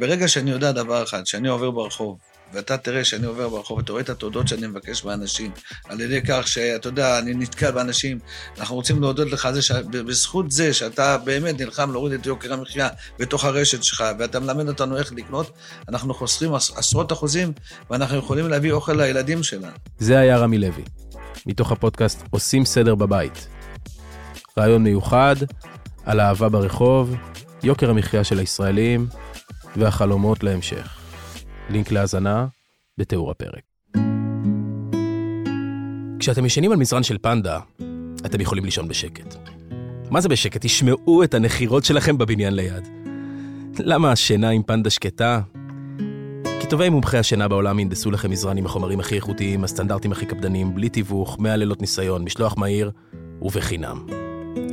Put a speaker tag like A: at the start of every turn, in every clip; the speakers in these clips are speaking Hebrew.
A: ברגע שאני יודע דבר אחד, שאני עובר ברחוב, ואתה תראה שאני עובר ברחוב, אתה רואה את התודות שאני מבקש מאנשים, על ידי כך שאתה יודע, אני נתקל באנשים, אנחנו רוצים להודות לך על זה, בזכות זה שאתה באמת נלחם להוריד את יוקר המחיה בתוך הרשת שלך, ואתה מלמד אותנו איך לקנות, אנחנו חוסכים עשרות אחוזים, ואנחנו יכולים להביא אוכל לילדים שלנו.
B: זה היה רמי לוי, מתוך הפודקאסט עושים סדר בבית. רעיון מיוחד על אהבה ברחוב, יוקר המחיה של הישראלים והחלומות להמשך. לינק להאזנה בתיאור הפרק. כשאתם ישנים על מזרן של פנדה, אתם יכולים לישון בשקט. מה זה בשקט? תשמעו את הנחירות שלכם בבניין ליד. למה השינה עם פנדה שקטה? כי טובי מומחי השינה בעולם ינדסו לכם מזרן עם החומרים הכי איכותיים, הסטנדרטים הכי קפדניים, בלי תיווך, 100 לילות ניסיון, משלוח מהיר ובחינם.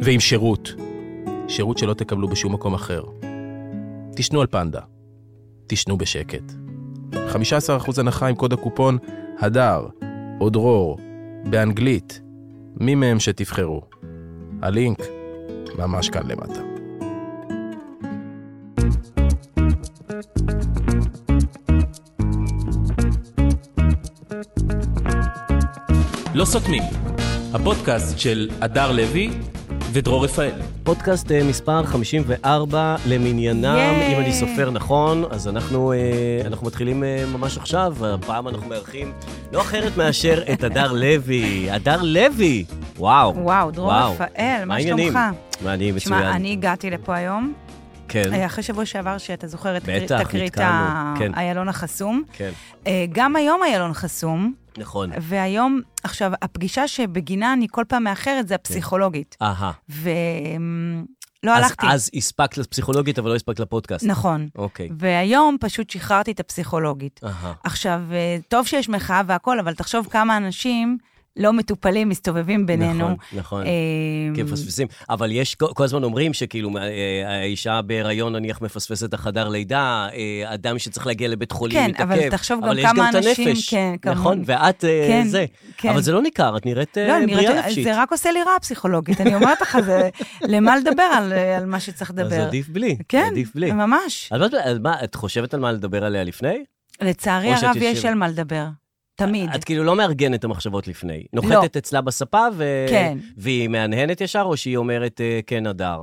B: ועם שירות. שירות שלא תקבלו בשום מקום אחר. תשנו על פנדה. תשנו בשקט. 15% הנחה עם קוד הקופון הדר או דרור, באנגלית, מי מהם שתבחרו. הלינק ממש כאן למטה.
C: לא סותמים, הפודקאסט של הדר לוי ודרור רפאל.
D: פודקאסט אה, מספר 54 למניינם,
E: ייי.
D: אם אני סופר נכון, אז אנחנו, אה, אנחנו מתחילים אה, ממש עכשיו, הפעם אנחנו מארחים לא אחרת מאשר את הדר לוי. הדר לוי! וואו.
E: וואו, דרור
D: וואו.
E: רפאל,
D: מה
E: מה
D: העניינים?
E: שלומך?
D: מה, אני מצוין.
E: שמע, אני אה, הגעתי לפה היום,
D: כן,
E: אחרי שבוע שעבר, שאתה זוכר את
D: בטח,
E: תקרית
D: נתקענו, כן.
E: האיילון החסום.
D: כן,
E: אה, גם היום איילון חסום,
D: נכון.
E: והיום, עכשיו, הפגישה שבגינה אני כל פעם מאחרת
D: כן.
E: זה הפסיכולוגית.
D: אהה.
E: ולא
D: אז-
E: לא הלכתי.
D: אז הספקת לפסיכולוגית, אבל לא הספקת לפודקאסט.
E: נכון.
D: אוקיי.
E: והיום פשוט שחררתי את הפסיכולוגית.
D: אהה.
E: עכשיו, אה, טוב שיש מחאה והכול, אבל תחשוב כמה אנשים לא מטופלים מסתובבים בינינו.
D: נכון, נכון.
E: אה,
D: כי הם מפספסים. אבל יש, כל כל הזמן אומרים שכאילו, אה, האישה בהיריון נניח מפספסת את החדר לידה, אה, אדם שצריך להגיע לבית חולים
E: כן,
D: מתעכב.
E: אבל תחשוב גם
D: יש
E: כמה
D: את
E: אנשים-
D: הנפש,
E: כן, כמה-
D: נכון, ואת אה,
E: כן,
D: זה.
E: כן.
D: אבל זה לא ניכר, את נראית אה,
E: לא, אני
D: בריאה
E: נראית,
D: נפשית.
E: זה רק עושה לי רע פסיכולוגית, אני אומרת לך, זה, למה לדבר על, על מה שצריך
D: אז
E: לדבר.
D: עדיף בלי,
E: כן,
D: עדיף בלי.
E: ממש.
D: אז מה- אז מה, את חושבת על מה לדבר עליה לפני?
E: לצערי
D: או שאת
E: הרב יש
D: יושבת.
E: על מה לדבר, תמיד.
D: את כאילו לא מארגנת את המחשבות לפני. נוחתת אצלה בספה, ו-
E: לא. כן.
D: והיא מהנהנת ישר, או שהיא אומרת, אה, כן, הדר.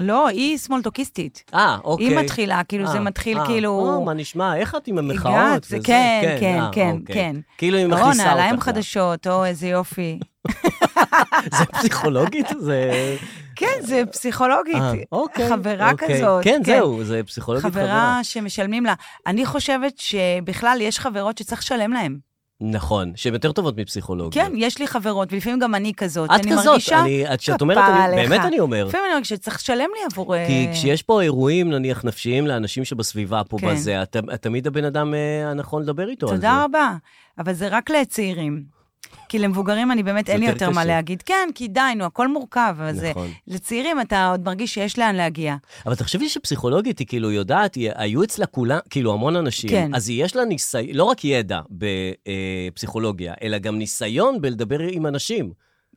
E: לא, היא שמאלטוקיסטית.
D: אה, אוקיי.
E: היא מתחילה, כאילו זה
D: אה,
E: מתחיל
D: אה,
E: כאילו...
D: או, מה נשמע? איך את עם המחאות?
E: הגעת, זה
D: וזה?
E: כן, כן,
D: אה,
E: כן,
D: אוקיי.
E: כן.
D: כאילו היא מכניסה
E: רון,
D: אותך.
E: נעליים
D: לה.
E: חדשות, או איזה יופי.
D: זה פסיכולוגית? זה...
E: כן, זה פסיכולוגית.
D: אה, אוקיי.
E: חברה
D: אוקיי.
E: כזאת.
D: כן, זהו, זה פסיכולוגית חברה.
E: חברה שמשלמים לה. אני חושבת שבכלל יש חברות שצריך לשלם להן.
D: נכון, שהן יותר טובות מפסיכולוגיות.
E: כן, יש לי חברות, ולפעמים גם אני כזאת.
D: אוקיי. את
E: אני
D: כזאת,
E: מרגישה...
D: אני- את- שאת
E: כפה
D: אומרת, אני-
E: עליך.
D: באמת אני אומר.
E: לפעמים אני מרגישה שצריך לשלם לי עבור...
D: כי
E: אה,
D: כשיש פה אירועים, נניח, נפשיים לאנשים שבסביבה פה
E: כן.
D: בזה, אתה- תמיד הבן אדם אה, הנכון לדבר איתו על זה.
E: תודה רבה, אבל זה רק לצעירים. כי למבוגרים אני באמת,
D: זה
E: אין לי
D: יותר
E: יותר מה
D: קשה.
E: להגיד. כן, כי די, נו, הכל מורכב, אבל זה...
D: נכון.
E: לצעירים אתה עוד מרגיש שיש לאן להגיע.
D: אבל תחשבי שפסיכולוגית היא כאילו יודעת, היא, היו אצלה כולם, כאילו המון אנשים,
E: כן.
D: אז היא יש לה ניסיון, לא רק ידע בפסיכולוגיה, אלא גם ניסיון בלדבר עם אנשים.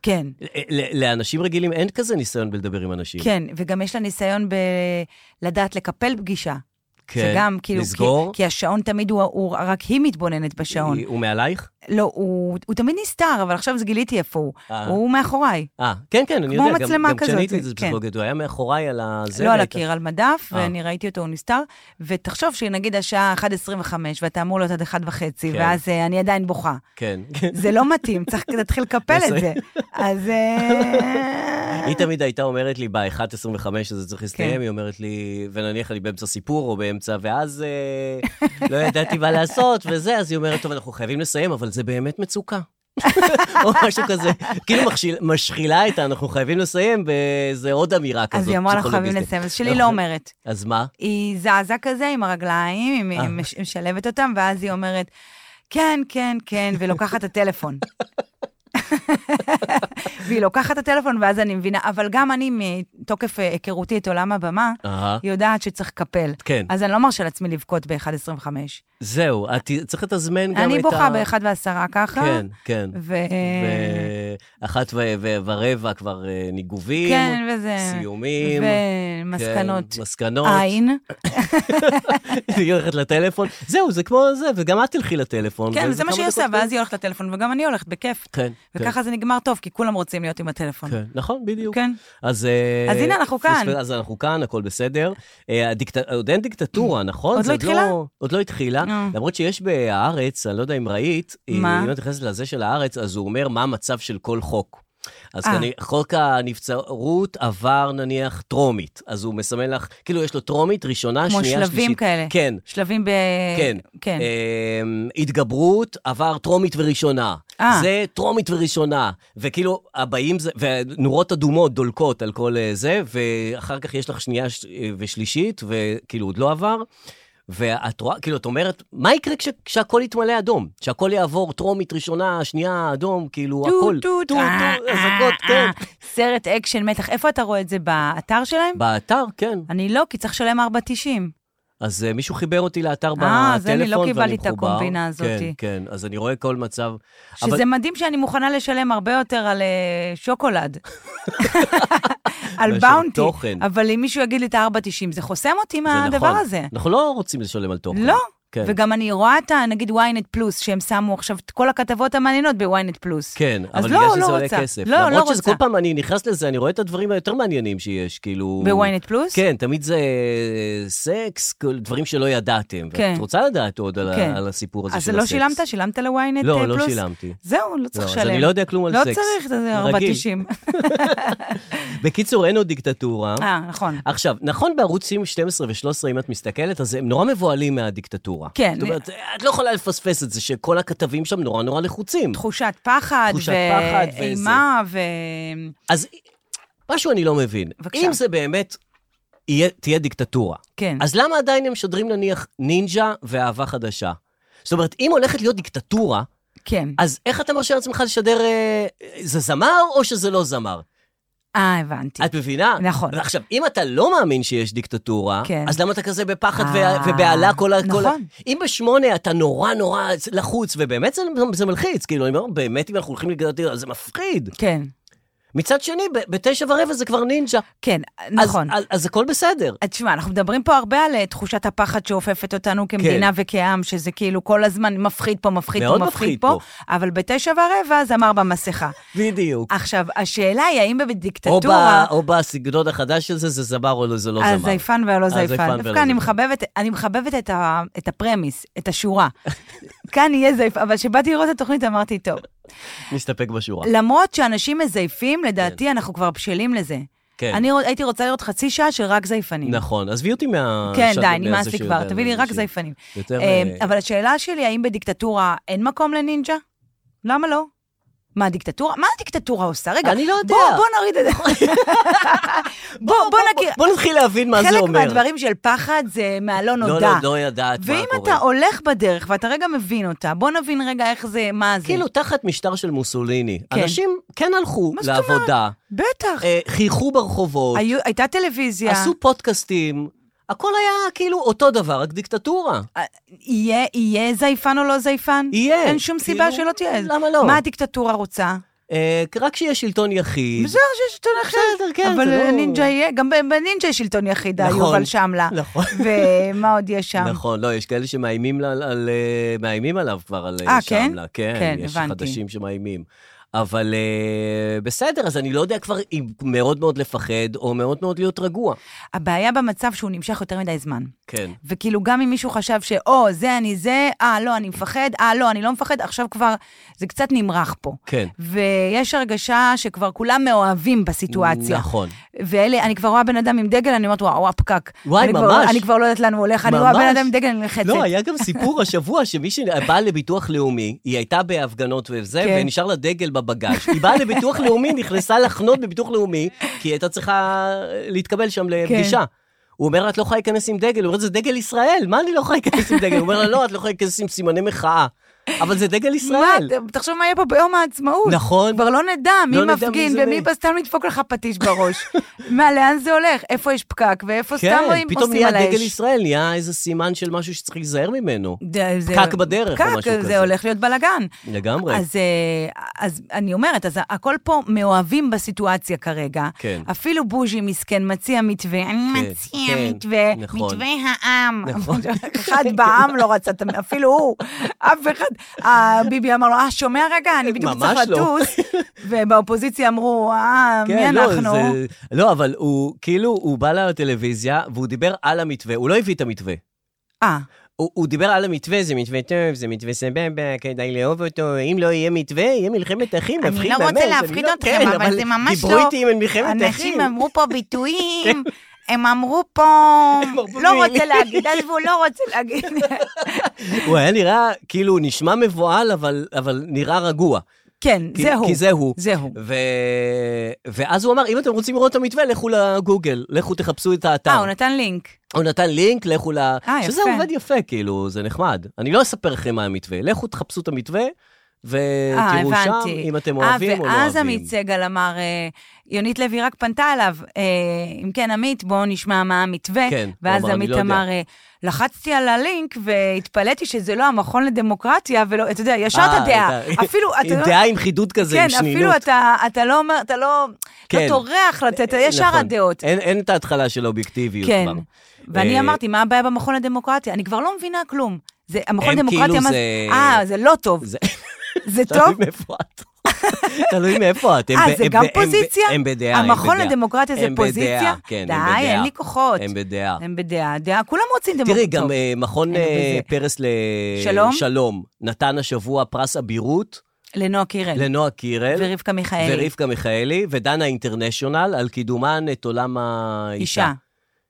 E: כן,
D: ל- ל- לאנשים רגילים אין כזה ניסיון בלדבר עם אנשים.
E: כן, וגם יש לה ניסיון בלדעת לקפל פגישה. שגם, כאילו, כי-
D: כן, לסגור.
E: כי השעון תמיד הוא, הוא, רק היא מתבוננת בשעון.
D: היא- הוא מעלייך?
E: לא, הוא, הוא תמיד נסתר, אבל עכשיו זה גיליתי איפה הוא.
D: אה.
E: הוא מאחוריי.
D: אה, כן, כן, אני
E: כמו
D: יודע, גם-
E: מצלמה
D: גם כשאני
E: כזאת,
D: הייתי את זה
E: כן.
D: בפסיכולוגית, הוא היה מאחוריי על הזה.
E: לא על
D: והייתה-
E: הקיר, על מדף,
D: אה.
E: ואני ראיתי אותו, הוא נסתר. ותחשוב שנגיד השעה 1.25, ואתה אמור להיות עד 1.5,
D: כן.
E: ואז אה, אני עדיין בוכה.
D: כן, כן.
E: זה לא מתאים, צריך להתחיל לקפל את זה. אז... אה,
D: היא תמיד הייתה אומרת לי, ב-1.25 שזה צריך להסתיים,
E: כן.
D: היא אומרת לי, ונניח אני באמצע סיפור או באמצע, ואז אה, לא ידעתי מה לעשות וזה, אז היא אומרת, טוב, אנחנו חייבים לסיים, אבל זה באמת מצוקה. או משהו כזה, כאילו מכשיל- משחילה איתה, אנחנו חייבים לסיים באיזה עוד אמירה כזאת.
E: אז היא אמרה לך
D: פסיכולוגיסטית. נכון.
E: חייבים לסיים, אז שלי
D: אנחנו-
E: לא אומרת.
D: אז מה?
E: היא זזה כזה עם הרגליים, היא
D: אה.
E: היא מש- משלבת אותם, ואז היא אומרת, כן, כן, כן, ולוקחת את הטלפון. והיא לוקחת את הטלפון, ואז אני מבינה. אבל גם אני, מתוקף אה, היכרותי את עולם הבמה,
D: אהה.
E: יודעת שצריך לקפל.
D: כן.
E: אז אני לא מרשה לעצמי לבכות ב-1.25.
D: זהו, את צריך לתזמן גם את ה...
E: אני בוכה ב-1.10 ככה.
D: כן, כן.
E: ו...
D: ואחת ו- ו- ורבע כבר אה, ניגובים.
E: כן, וזה...
D: סיומים.
E: ומסקנות. אה,
D: כן, מסקנות.
E: עין.
D: היא הולכת לטלפון. זהו, זה כמו זה, וגם את תלכי לטלפון.
E: כן,
D: וזה
E: זה מה
D: כמה
E: שהיא עושה,
D: דקות
E: ואז היא הולכת לטלפון, וגם אני הולכת, בכיף.
D: כן, כן.
E: וככה זה נגמר טוב, כי כולם רוצים להיות עם הטלפון.
D: כן, נכון, בדיוק.
E: כן.
D: אז... אה,
E: אז הנה, אנחנו כאן.
D: אז אנחנו כאן, הכל בסדר. אה, הדיקט- עוד אין דיקטטורה, נכון?
E: עוד
D: זה
E: לא התחילה?
D: עוד לא התחילה.
E: אה.
D: למרות שיש בהארץ, אני לא יודע אם ראית,
E: מה?
D: אם את נכנסת לזה של הארץ, אז הוא אומר מה המצב של כל חוק. אז
E: אה.
D: כנראה, חוק הנבצרות עבר נניח טרומית, אז הוא מסמן לך, כאילו יש לו טרומית, ראשונה,
E: כמו
D: שנייה, שלישית.
E: שלבים כאלה.
D: כן,
E: שלבים ב...
D: כן.
E: כן.
D: אמ, התגברות עבר טרומית וראשונה.
E: אה.
D: זה טרומית וראשונה. וכאילו, הבאים זה, ונורות אדומות דולקות על כל אה, זה, ואחר כך יש לך שנייה ש- אה, ושלישית, וכאילו עוד לא עבר. ואת רואה, כאילו, את אומרת, מה יקרה כש, כשהכול יתמלא אדום? כשהכול יעבור טרומית, ראשונה, שנייה, אדום, כאילו,
E: טו,
D: הכול.
E: טו, טו, אה,
D: אזעקות,
E: אה,
D: כן.
E: אה. סרט אקשן מתח. איפה אתה רואה את זה? באתר שלהם?
D: באתר, כן.
E: אני לא, כי צריך לשלם 4.90.
D: אז אה, מישהו חיבר אותי לאתר
E: אה,
D: בטלפון,
E: אז אני לא
D: ואני
E: קיבלתי את
D: מחובר.
E: הקומבינה הזאת.
D: כן, כן, אז אני רואה כל מצב. אבל-
E: שזה מדהים שאני מוכנה לשלם הרבה יותר על אה, שוקולד. על
D: מאשר
E: באונטי.
D: לא, תוכן.
E: אבל אם מישהו יגיד לי את ה-4.90, זה חוסם אותי
D: זה
E: מהדבר
D: נכון.
E: הזה.
D: אנחנו לא רוצים לשלם על תוכן.
E: לא.
D: כן.
E: וגם אני רואה את ה... נגיד ynet פלוס, שהם שמו עכשיו את כל הכתבות המעניינות ב-ynet פלוס.
D: כן,
E: אז
D: אבל
E: לא,
D: בגלל שזה
E: לא
D: עולה
E: רוצה.
D: כסף.
E: לא, לא
D: למרות שזה
E: רוצה.
D: כל פעם אני נכנס לזה, אני רואה את הדברים היותר מעניינים שיש, כאילו...
E: ב-ynet פלוס?
D: כן, תמיד זה אה, סקס, כל- דברים שלא ידעתם.
E: כן.
D: ואת רוצה לדעת עוד על
E: כן.
D: ה- על הסיפור הזה
E: אז
D: של
E: לא
D: הסקס.
E: שילמת? שילמת ל-ynet
D: לא,
E: אה,
D: לא
E: פלוס?
D: שילמתי.
E: זהו, לא צריך
D: לא, אז
E: לשלם.
D: אני לא יודע כלום על סקס.
E: לא צריך, זה
D: רגיל.
E: 4.90.
D: בקיצור, אין עוד דיקטטורה.
E: אה, נכון.
D: עכשיו, נכון בערוצים 12 ו-13, אם את מסתכלת, אז הם נורא מבוהלים מהדיקטטורה.
E: כן.
D: זאת אומרת, את לא יכולה לפספס את זה, שכל הכתבים שם נורא נורא לחוצים.
E: תחושת פחד,
D: תחושת פחד וזה.
E: ואימה, ו...
D: אז משהו אני לא מבין.
E: בבקשה.
D: אם זה באמת יהיה, תהיה דיקטטורה,
E: כן.
D: אז למה עדיין הם משדרים נניח נינג'ה ואהבה חדשה? זאת אומרת, אם הולכת להיות דיקטטורה,
E: כן.
D: אז איך אתה מרשה לעצמך לשדר, אה, זה זמר או שזה לא זמר?
E: אה, הבנתי.
D: את מבינה?
E: נכון.
D: עכשיו, אם אתה לא מאמין שיש דיקטטורה,
E: כן.
D: אז למה אתה כזה בפחד
E: אה,
D: ו- ובהלה כל ה... כל ה-
E: נכון.
D: אם בשמונה אתה נורא נורא לחוץ, ובאמת זה, זה מלחיץ, כאילו, אני אומר, באמת, אם אנחנו הולכים לדיקטטורה, זה מפחיד.
E: כן,
D: מצד שני, ב- בתשע ורבע זה כבר נינג'ה.
E: כן,
D: אז-
E: נכון.
D: אז, אז הכל בסדר.
E: אז תשמע, אנחנו מדברים פה הרבה על אה, תחושת הפחד שאופפת אותנו כמדינה וכעם, שזה כאילו כל הזמן מפחיד פה, מפחיד פה,
D: כן. מאוד
E: מפחיד
D: מפחיד
E: פה,
D: פה.
E: אבל בתשע ורבע זמר במסכה.
D: בדיוק.
E: עכשיו, השאלה היא האם
D: או, ב,
E: בדיקטטורה...
D: או בסגנון החדש של זה, זה זמר או לא, זה לא זמר.
E: הזייפן והלא זייפן.
D: הזייפן
E: דווקא
D: והלא
E: אני
D: זייפן.
E: מחבבת, אני מחבבת את, ה, את הפרמיס, את השורה. כאן יהיה זייפן, אבל כשבאתי לראות את התוכנית אמרתי, טוב,
D: נסתפק בשורה.
E: למרות שאנשים מזייפים, לדעתי אנחנו כבר בשלים לזה.
D: כן.
E: אני רוצ- הייתי רוצה לראות חצי שעה של רק זייפנים.
D: נכון, עזבי אותי מה...
E: כן,
D: ש-
E: די,
D: מהזה
E: נמאס לי
D: שיודע,
E: כבר, תביא לי רק
D: ש-
E: זייפנים.
D: יותר...
E: אה,
D: אה,
E: אבל השאלה שלי, האם בדיקטטורה אין מקום לנינג'ה? למה לא? מה הדיקטטורה? מה הדיקטטורה עושה? רגע,
D: אני לא יודע.
E: בוא, בוא נוריד את זה. בוא, בוא נכיר.
D: בוא נתחיל להבין מה זה
E: חלק
D: אומר.
E: מהדברים של פחד זה מהלא
D: לא,
E: נודע.
D: לא, לא ידעת מה קורה.
E: ואם אתה הולך בדרך ואתה רגע מבין אותה, בוא נבין רגע איך זה, מה זה.
D: כאילו, תחת משטר של מוסוליני,
E: כן.
D: אנשים כן הלכו
E: מה זאת אומרת?
D: לעבודה,
E: בטח.
D: אה, חייכו ברחובות,
E: היו- הייתה טלוויזיה.
D: עשו פודקאסטים, הכל היה כאילו אותו דבר, רק דיקטטורה.
E: אה, יהיה, יהיה זייפן או לא זייפן?
D: יהיה.
E: אין שום סיבה
D: כאילו,
E: שלא תהיה.
D: למה לא?
E: מה הדיקטטורה רוצה?
D: אה, רק שיהיה שלטון יחיד.
E: בסדר שיש שלטון יחיד.
D: בסדר, כן,
E: אבל
D: זה לא-
E: אה, נינג'ה יהיה, גם ב- בנינג'ה יש שלטון יחיד,
D: נכון,
E: יובל שמלה.
D: נכון.
E: ומה עוד יש שם?
D: נכון, לא, יש כאלה שמאיימים על, על, אה, מאיימים עליו כבר, על
E: אה,
D: אה,
E: כן?
D: שמלה. כן,
E: כן,
D: יש
E: הבנתי.
D: חדשים שמאיימים. אבל אה, בסדר, אז אני לא יודע כבר אם מאוד מאוד לפחד, או מאוד מאוד להיות רגוע.
E: הבעיה במצב שהוא נמשך יותר מדי זמן.
D: כן.
E: וכאילו, גם אם מישהו חשב שאו, זה אני זה, אה, לא, אני מפחד, אה, לא, אני לא מפחד, עכשיו כבר, זה קצת נמרח פה.
D: כן.
E: ויש הרגשה שכבר כולם מאוהבים בסיטואציה.
D: נכון.
E: ואלה, אני כבר רואה בן אדם עם דגל, אני אומרת, וואו, וואו, הפקק.
D: וואי,
E: אני כבר,
D: ממש.
E: אני כבר לא יודעת לאן הוא הולך, אני רואה
D: ממש.
E: בן אדם עם דגל, אני נלחצת.
D: לא, היה גם סיפור השבוע שמי שבאה לביטוח לאומי, היא הייתה בהפגנות וזה,
E: כן.
D: ונשאר לה דגל בבגאז'. היא באה לביטוח לאומי, נכנסה לחנות בביטוח לאומי, כי היא הייתה צריכה אה, להתקבל שם לפגישה.
E: כן.
D: הוא אומר לה, את לא יכולה להיכנס עם דגל. הוא אומר, זה דגל ישראל, מה אני לא יכולה להיכנס עם דגל? הוא אומר לה, לא, את לא יכולה להיכנס עם סימני מחאה. אבל זה דגל
E: מה,
D: ישראל.
E: ת- תחשוב מה יהיה פה ביום העצמאות.
D: נכון.
E: כבר לא נדע מי
D: לא נדע מי
E: מפגין
D: זה
E: ומי
D: מי.
E: בא סתם לדפוק לך פטיש בראש. מה, לאן זה הולך? איפה יש פקק ואיפה סתם
D: כן,
E: רואים
D: פתאום
E: עושים
D: נהיה
E: על
D: דגל
E: האש.
D: ישראל, נהיה איזה סימן של משהו שצריך להיזהר ממנו.
E: ד- זה-
D: פקק בדרך או משהו
E: פקק,
D: כזה.
E: זה הולך להיות בלאגן.
D: לגמרי.
E: אז, אה, אז אני אומרת, אז הכל פה מאוהבים בסיטואציה כרגע.
D: כן.
E: אפילו בוז'י מסכן מציע מתווה, אני מציע
D: כן,
E: מתווה,
D: נכון.
E: מתווה העם.
D: נכון.
E: אחד בעם לא רצה, את המ- אפילו הוא, אף אחד. אה, ביבי אמר לו, אה, שומע רגע, אני בדיוק צריך
D: ממש לא.
E: לטוס. ובאופוזיציה אמרו, אה, מי
D: כן, לא,
E: אנחנו?
D: זה- לא, אבל הוא, כאילו, הוא בא לטלוויזיה והוא דיבר על המתווה, הוא לא הביא את המתווה.
E: אה,
D: הוא, הוא דיבר על המתווה, זה מתווה טוב, זה מתווה סבבה, כדאי לאהוב אותו, אם לא יהיה מתווה, יהיה מלחמת אחים,
E: אני
D: נפחיד
E: לא
D: באמת.
E: רוצה
D: אני
E: להפחיד
D: לא-
E: אתכם,
D: כן,
E: אבל זה ממש
D: דיברו
E: לא-
D: איתי אם אין מלחמת אחים.
E: אנשים אמרו פה ביטויים, הם אמרו פה,
D: הם אמרו
E: לא
D: מילים.
E: רוצה להגיד, עזבו, לא רוצה להגיד.
D: הוא היה נראה, כאילו, הוא נשמע מבוהל, אבל, אבל נראה רגוע.
E: כן,
D: כי-
E: זהו.
D: כי זה הוא.
E: זהו.
D: ו... ואז הוא אמר, אם אתם רוצים לראות את המתווה, לכו לגוגל, לכו תחפשו את האתר.
E: אה, הוא נתן לינק.
D: הוא נתן לינק, לכו ל...
E: אה,
D: שזה
E: יפה.
D: עובד יפה, כאילו, זה נחמד. אני לא אספר לכם מה המתווה, לכו תחפשו את המתווה,
E: אה,
D: ותראו שם
E: הבנתי. אה,
D: אם אתם אוהבים או לא
E: ואז
D: אוהבים.
E: עמית סגל אמר, אה, יונית לוי רק פנתה אליו, אה, אם כן, עמית, בואו נשמע מה המתווה.
D: כן, הוא
E: ואז
D: אמר, "אני
E: עמית
D: לא יודע."
E: אמר, אה, לחצתי על הלינק והתפלאתי שזה לא המכון לדמוקרטיה, ולא, אתה יודע, ישר
D: אה,
E: את הדעה.
D: אתה-
E: אפילו, אתה
D: עם
E: לא...
D: דעה עם חידוד כזה,
E: כן,
D: עם שנינות.
E: אפילו אתה, אתה לא אומר, אתה לא,
D: כן.
E: לא טורח לתת, ישר
D: נכון.
E: הדעות.
D: אין, אין את ההתחלה של האובייקטיביות
E: כן.
D: כבר.
E: ואני
D: אה,
E: אמרתי, מה הבעיה במכון לדמוקרטיה? אני כבר לא מבינה כלום. זה, המכון
D: הם
E: לדמוקרטיה,
D: כאילו
E: מה
D: זה-
E: אה, זה לא טוב.
D: זה-
E: זה
D: תלוי
E: טוב?
D: מאיפה את. תלוי מאיפה את. הם
E: אה,
D: ב-
E: זה
D: הם
E: גם
D: ב- הם ב-
E: פוזיציה?
D: הם בדעה, הם בדעה.
E: המכון לדמוקרטיה זה
D: הם בדעה,
E: פוזיציה?
D: כן,
E: די,
D: הם בדעה.
E: אין לי כוחות.
D: הם בדעה.
E: הם בדעה, דעה, כולם רוצים
D: תראי,
E: דמוקרטיה.
D: גם אה, מכון
E: היינו
D: אה,
E: בזה.
D: פרס
E: שלום?
D: לשלום נתן השבוע פרס אבירות
E: לנועה קירל
D: לנועה קירל.
E: ורבקה מיכאלי.
D: ורבקה מיכאלי, ודנה אינטרנשיונל, על קידומן את עולם האישה.
E: אישה.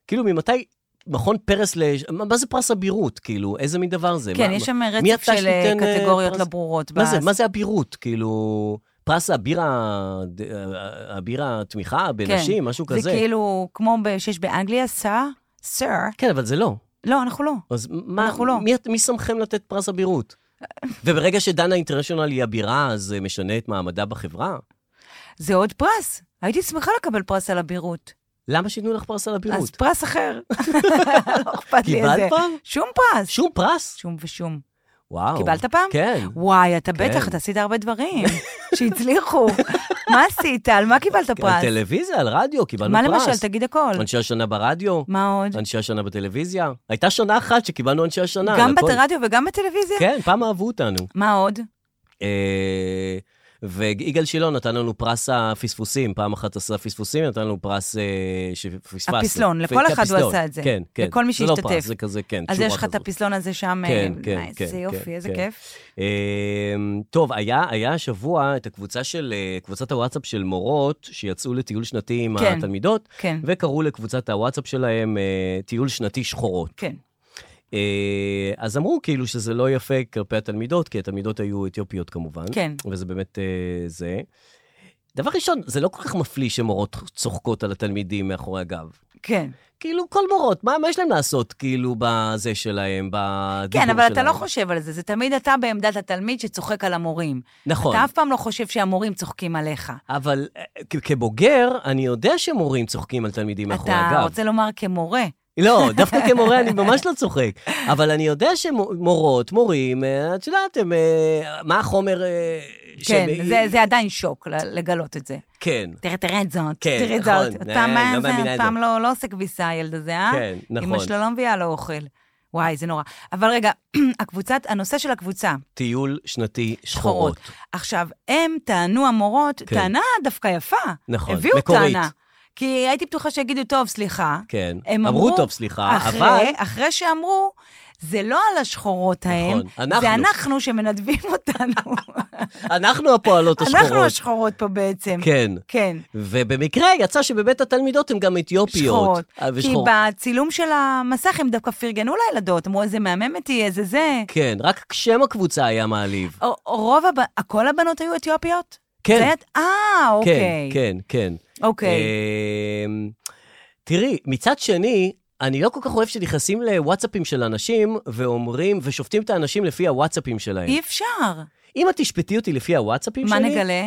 D: כאילו, ממתי מכון פרס ל... מה מה זה פרס אבירות? כאילו, איזה מין דבר זה?
E: כן,
D: מה-
E: יש שם
D: מה- מי
E: רצף
D: אתה
E: של אה,
D: שתיתן, אה,
E: קטגוריות
D: פרס?
E: לא ברורות.
D: מה זה,
E: בס-
D: מה זה אבירות? כאילו, פרס הבירה, ד- אה, הבירה תמיכה בנשים, משהו כזה.
E: כן. זה כאילו, כמו ב- שיש באנגליה, סאר, סאר.
D: כן, אבל זה לא.
E: לא, אנחנו לא.
D: אז מה,
E: אנחנו לא.
D: מי, את- מי שמכם לתת פרס אבירות? וברגע שדנה אינטרנשיונל היא הבירה, אז זה משנה את מעמדה בחברה?
E: זה עוד פרס. הייתי שמחה לקבל פרס על אבירות.
D: למה שייתנו לך פרס על
E: אז
D: אבירות?
E: פרס אחר. לא אכפת לי
D: קיבלת
E: איזה.
D: פעם?
E: שום פרס.
D: שום פרס?
E: שום ושום.
D: וואו.
E: קיבלת פעם?
D: כן.
E: וואי, אתה
D: כן.
E: בטח, אתה עשית הרבה דברים שהצליחו. מה עשית? על מה קיבלת
D: על
E: פרס?
D: טלוויזיה, על רדיו, קיבלנו
E: מה
D: פרס.
E: למשל? תגיד הכל.
D: אנשי השנה ברדיו,
E: מה עוד?
D: אנשי השנה בטלוויזיה. הייתה שנה אחת שקיבלנו אנשי השנה. על
E: גם
D: הכל.
E: ברדיו וגם בטלוויזיה?
D: כן, פעם אהבו אותנו.
E: מה עוד?
D: אה, ויגאל שילון נתן לנו פרס הפספוסים, פעם אחת עשה פספוסים, נתן לנו פרס אה, שפספסנו.
E: הפסלון, לכל
D: כן,
E: אחד הוא
D: הפסלון.
E: עשה את זה.
D: כן, כן.
E: לכל מי
D: זה
E: שהשתתף.
D: לא פרס, זה כזה, כן.
E: אז
D: שורה
E: יש לך את
D: כזאת.
E: הפסלון הזה שם, אה,
D: כן, כן,
E: אה,
D: כן,
E: איזה
D: כן,
E: יופי, איזה
D: כן.
E: כיף.
D: אמ, טוב, היה, היה השבוע את הקבוצה של, אה, קבוצת הוואטסאפ של מורות שיצאו לטיול שנתי עם
E: כן.
D: התלמידות,
E: כן,
D: וקראו לקבוצת הוואטסאפ שלהם אה, טיול שנתי שחורות.
E: כן.
D: אה, אז אמרו כאילו שזה לא יפה כלפי התלמידות, כי התלמידות היו אתיופיות כמובן.
E: כן.
D: וזה באמת אה, זה. דבר ראשון, זה לא כל כך מפליא שמורות צוחקות על התלמידים מאחורי הגב.
E: כן.
D: כאילו, כל מורות, מה, מה יש להם לעשות כאילו בזה שלהם, בדיבור שלהם?
E: כן, אבל אתה לא
D: נכון.
E: חושב על זה, זה תמיד אתה בעמדת התלמיד שצוחק על המורים.
D: נכון.
E: אתה אף פעם לא חושב שהמורים צוחקים עליך.
D: אבל אה, כ- כבוגר, אני יודע שמורים צוחקים על תלמידים מאחורי הגב.
E: אתה רוצה לומר כמורה.
D: לא, דווקא כמורה אני ממש לא צוחק. אבל אני יודע שמורות, מורים, אה, את יודעת, הם... אה, מה החומר... אה,
E: כן,
D: שהם-
E: זה- זה עדיין שוק ל- לגלות את זה.
D: כן,
E: תראה, תראה את זאת,
D: כן,
E: תראה את
D: נכון.
E: זאת.
D: אה,
E: אתה מה
D: לא
E: זה,
D: מאמינה את
E: פעם
D: זה.
E: לא לא עושה כביסה, הילד הזה, אה?
D: כן, נכון.
E: אמא שלו לא מביאה לו אוכל. וואי, זה נורא. אבל רגע, הקבוצת, הנושא של הקבוצה,
D: טיול שנתי
E: שחורות.
D: שחורות.
E: עכשיו, הם טענו, המורות,
D: כן.
E: טענה דווקא יפה.
D: נכון,
E: הביאו
D: מקורית.
E: טענה. כי הייתי בטוחה שיגידו, טוב, סליחה.
D: כן.
E: הם
D: אמרו,
E: אמרו,
D: טוב, סליחה,
E: אחרי,
D: אה, אבל... נכון,
E: אחרי שאמרו, זה לא על השחורות ההן,
D: אנחנו.
E: זה אנחנו שמנדבים אותנו.
D: אנחנו הפועלות השחורות.
E: אנחנו השחורות פה בעצם.
D: כן.
E: כן.
D: ובמקרה יצא שבבית התלמידות הן גם אתיופיות.
E: שחורות.
D: אה,
E: כי
D: ושחורות.
E: בצילום של המסך הם דווקא פרגנו לילדות, אמרו איזה מהממת היא, איזה זה.
D: כן, רק שם הקבוצה היה מעליב.
E: או- או רוב הבנות, כל הבנות היו אתיופיות?
D: כן.
E: זה את- אה,
D: כן,
E: אוקיי.
D: כן, כן.
E: אוקיי.
D: אמ, תראי, מצד שני, אני לא כל כך אוהב שנכנסים לוואטסאפים של אנשים ואומרים, ושופטים את האנשים לפי הוואטסאפים שלהם.
E: אי אפשר.
D: אם את תשפטי אותי לפי הוואטסאפים
E: מה
D: שלי...
E: נגלה?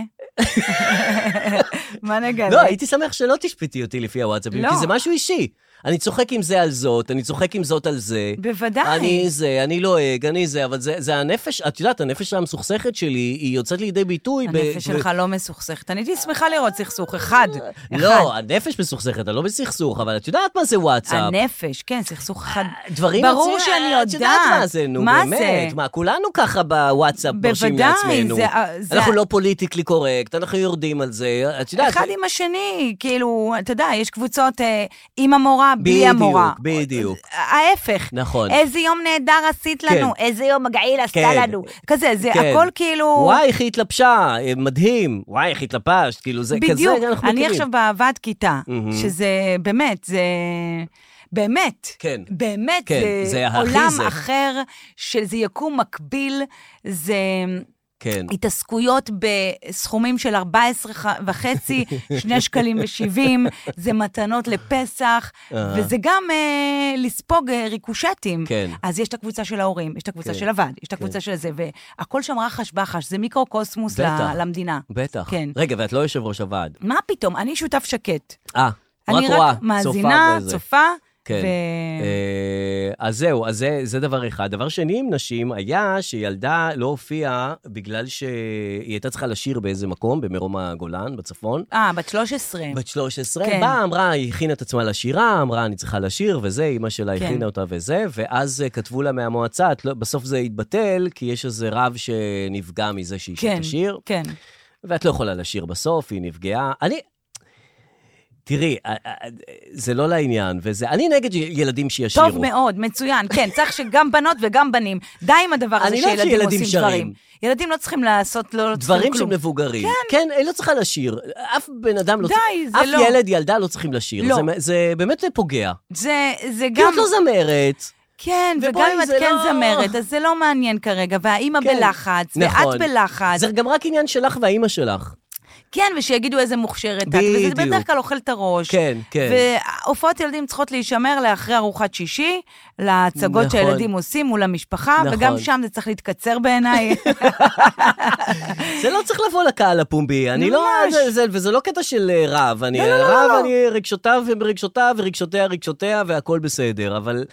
E: מה נגלה?
D: לא, הייתי שמח שלא תשפטי אותי לפי הוואטסאפים,
E: לא.
D: כי זה משהו אישי. אני צוחק עם זה על זאת, אני צוחק עם זאת על זה.
E: בוודאי.
D: אני זה, אני לועג, אני זה, אבל זה, זה הנפש, את יודעת, הנפש המסוכסכת שלי, היא יוצאת לידי ביטוי ב... ב-
E: הנפש שלך לא מסוכסכת. אני הייתי שמחה לראות סכסוך אחד.
D: לא, הנפש מסוכסכת, אני לא בסכסוך, אבל את יודעת מה זה
E: אחד.
D: וואטסאפ.
E: הנפש, כן, סכסוך אחד.
D: דברים
E: ברור
D: מצוין,
E: שאני
D: את יודעת
E: יודעת.
D: מה זה, נו,
E: מה
D: באמת.
E: זה?
D: מה, כולנו ככה בוואטסאפ מרשים
E: בוודאי,
D: לעצמנו.
E: זה- אה, זה-
D: אנחנו לא פוליטיקלי קורקט, אנחנו יורדים על זה, את יודעת.
E: אחד עם השני, כאילו, אתה יודע, יש קבוצות אה, עם המורה, בלי המורה.
D: בדיוק, בדיוק.
E: ההפך.
D: נכון.
E: איזה יום נהדר עשית לנו,
D: כן.
E: איזה יום מגעיל עשתה
D: כן.
E: לנו. כזה, זה
D: כן.
E: הכל כאילו...
D: וואי, איך היא התלבשה, אה, מדהים. וואי, איך התלבשת, כאילו זה כזה,
E: בדיוק.
D: אנחנו מכירים.
E: אני עכשיו בהבאת כיתה,
D: מהמם.
E: שזה באמת, זה... באמת,
D: כן.
E: באמת,
D: כן,
E: זה
D: זה הכי
E: עולם
D: זה.
E: אחר, שזה יקום מקביל, זה
D: כן.
E: התעסקויות בסכומים של 14 ח- וחצי, 2 שקלים ו-70, זה מתנות לפסח,
D: אהה.
E: וזה גם אה, לספוג אה, ריקושטים.
D: כן.
E: אז יש את הקבוצה של ההורים, יש את הקבוצה
D: כן.
E: של הוועד, יש את הקבוצה של זה, והכל שם רחש בחש, זה מיקרוקוסמוס
D: בטח.
E: ל- למדינה.
D: בטח.
E: כן.
D: רגע, ואת לא יושב ראש הוועד.
E: מה פתאום, אני שותף שקט.
D: אה, רק
E: אני
D: רואה,
E: רק מאזינה,
D: צופה בזה.
E: צופה,
D: כן.
E: ו...
D: אה, אז זהו, אז זה, זה דבר אחד. דבר שני עם נשים היה שילדה לא הופיעה בגלל שהיא הייתה צריכה לשיר באיזה מקום, במרום הגולן, בצפון.
E: אה, בת 13.
D: בת 13,
E: כן.
D: כן. באה, אמרה, היא הכינה את עצמה לשירה, אמרה, אני צריכה לשיר, וזה, אימא שלה
E: כן.
D: כן. הכינה אותה וזה, ואז אה, כתבו לה מהמועצה, את לא, בסוף זה התבטל, כי יש איזה רב שנפגע מזה שהיא
E: כן,
D: כן. תשיר,
E: כן.
D: ואת לא יכולה לשיר בסוף, היא נפגעה. אני... תראי, אה, אה, אה, זה לא לעניין, וזה... אני נגד ילדים שישירו.
E: טוב מאוד, מצוין, כן, צריך שגם בנות וגם בנים. די עם הדבר הזה
D: אני לא אוהב
E: שילדים
D: שילדים
E: עושים
D: שרים.
E: דברים. ילדים לא צריכים לעשות, לא צריכים כלום.
D: דברים של מבוגרים. כן. כן, היא לא צריכה לשיר. אף בן אדם לא
E: די,
D: צריך...
E: זה
D: אף
E: לא.
D: אף ילד, ילדה לא צריכים לשיר.
E: לא.
D: זה, זה באמת פוגע.
E: זה, זה
D: כי
E: גם...
D: את לא זמרת.
E: כן,
D: ובואי,
E: וגם אם את
D: זה
E: כן
D: לא-
E: זמרת, אז זה לא מעניין כרגע, והאימא
D: כן.
E: בלחץ, ואת
D: נכון.
E: בלחץ,
D: זה גם רק עניין שלך והאימא שלך.
E: כן, ושיגידו איזה מוכשרת את, וזה
D: בדיוק.
E: בדרך כלל אוכל את הראש.
D: כן, כן.
E: והופעות ילדים צריכות להישמר לאחרי ארוחת שישי, להצגות
D: נכון.
E: שהילדים עושים מול המשפחה,
D: נכון.
E: וגם שם זה צריך להתקצר בעיניי.
D: זה לא צריך לבוא לקהל הפומבי, אני לא...
E: ממש.
D: זה- זה- וזה לא קטע של אה, רב, אני
E: לא, לא,
D: רב,
E: לא.
D: אני רגשותיו הם רגשותיו, ורגשותיה רגשותיה, והכול בסדר, אבל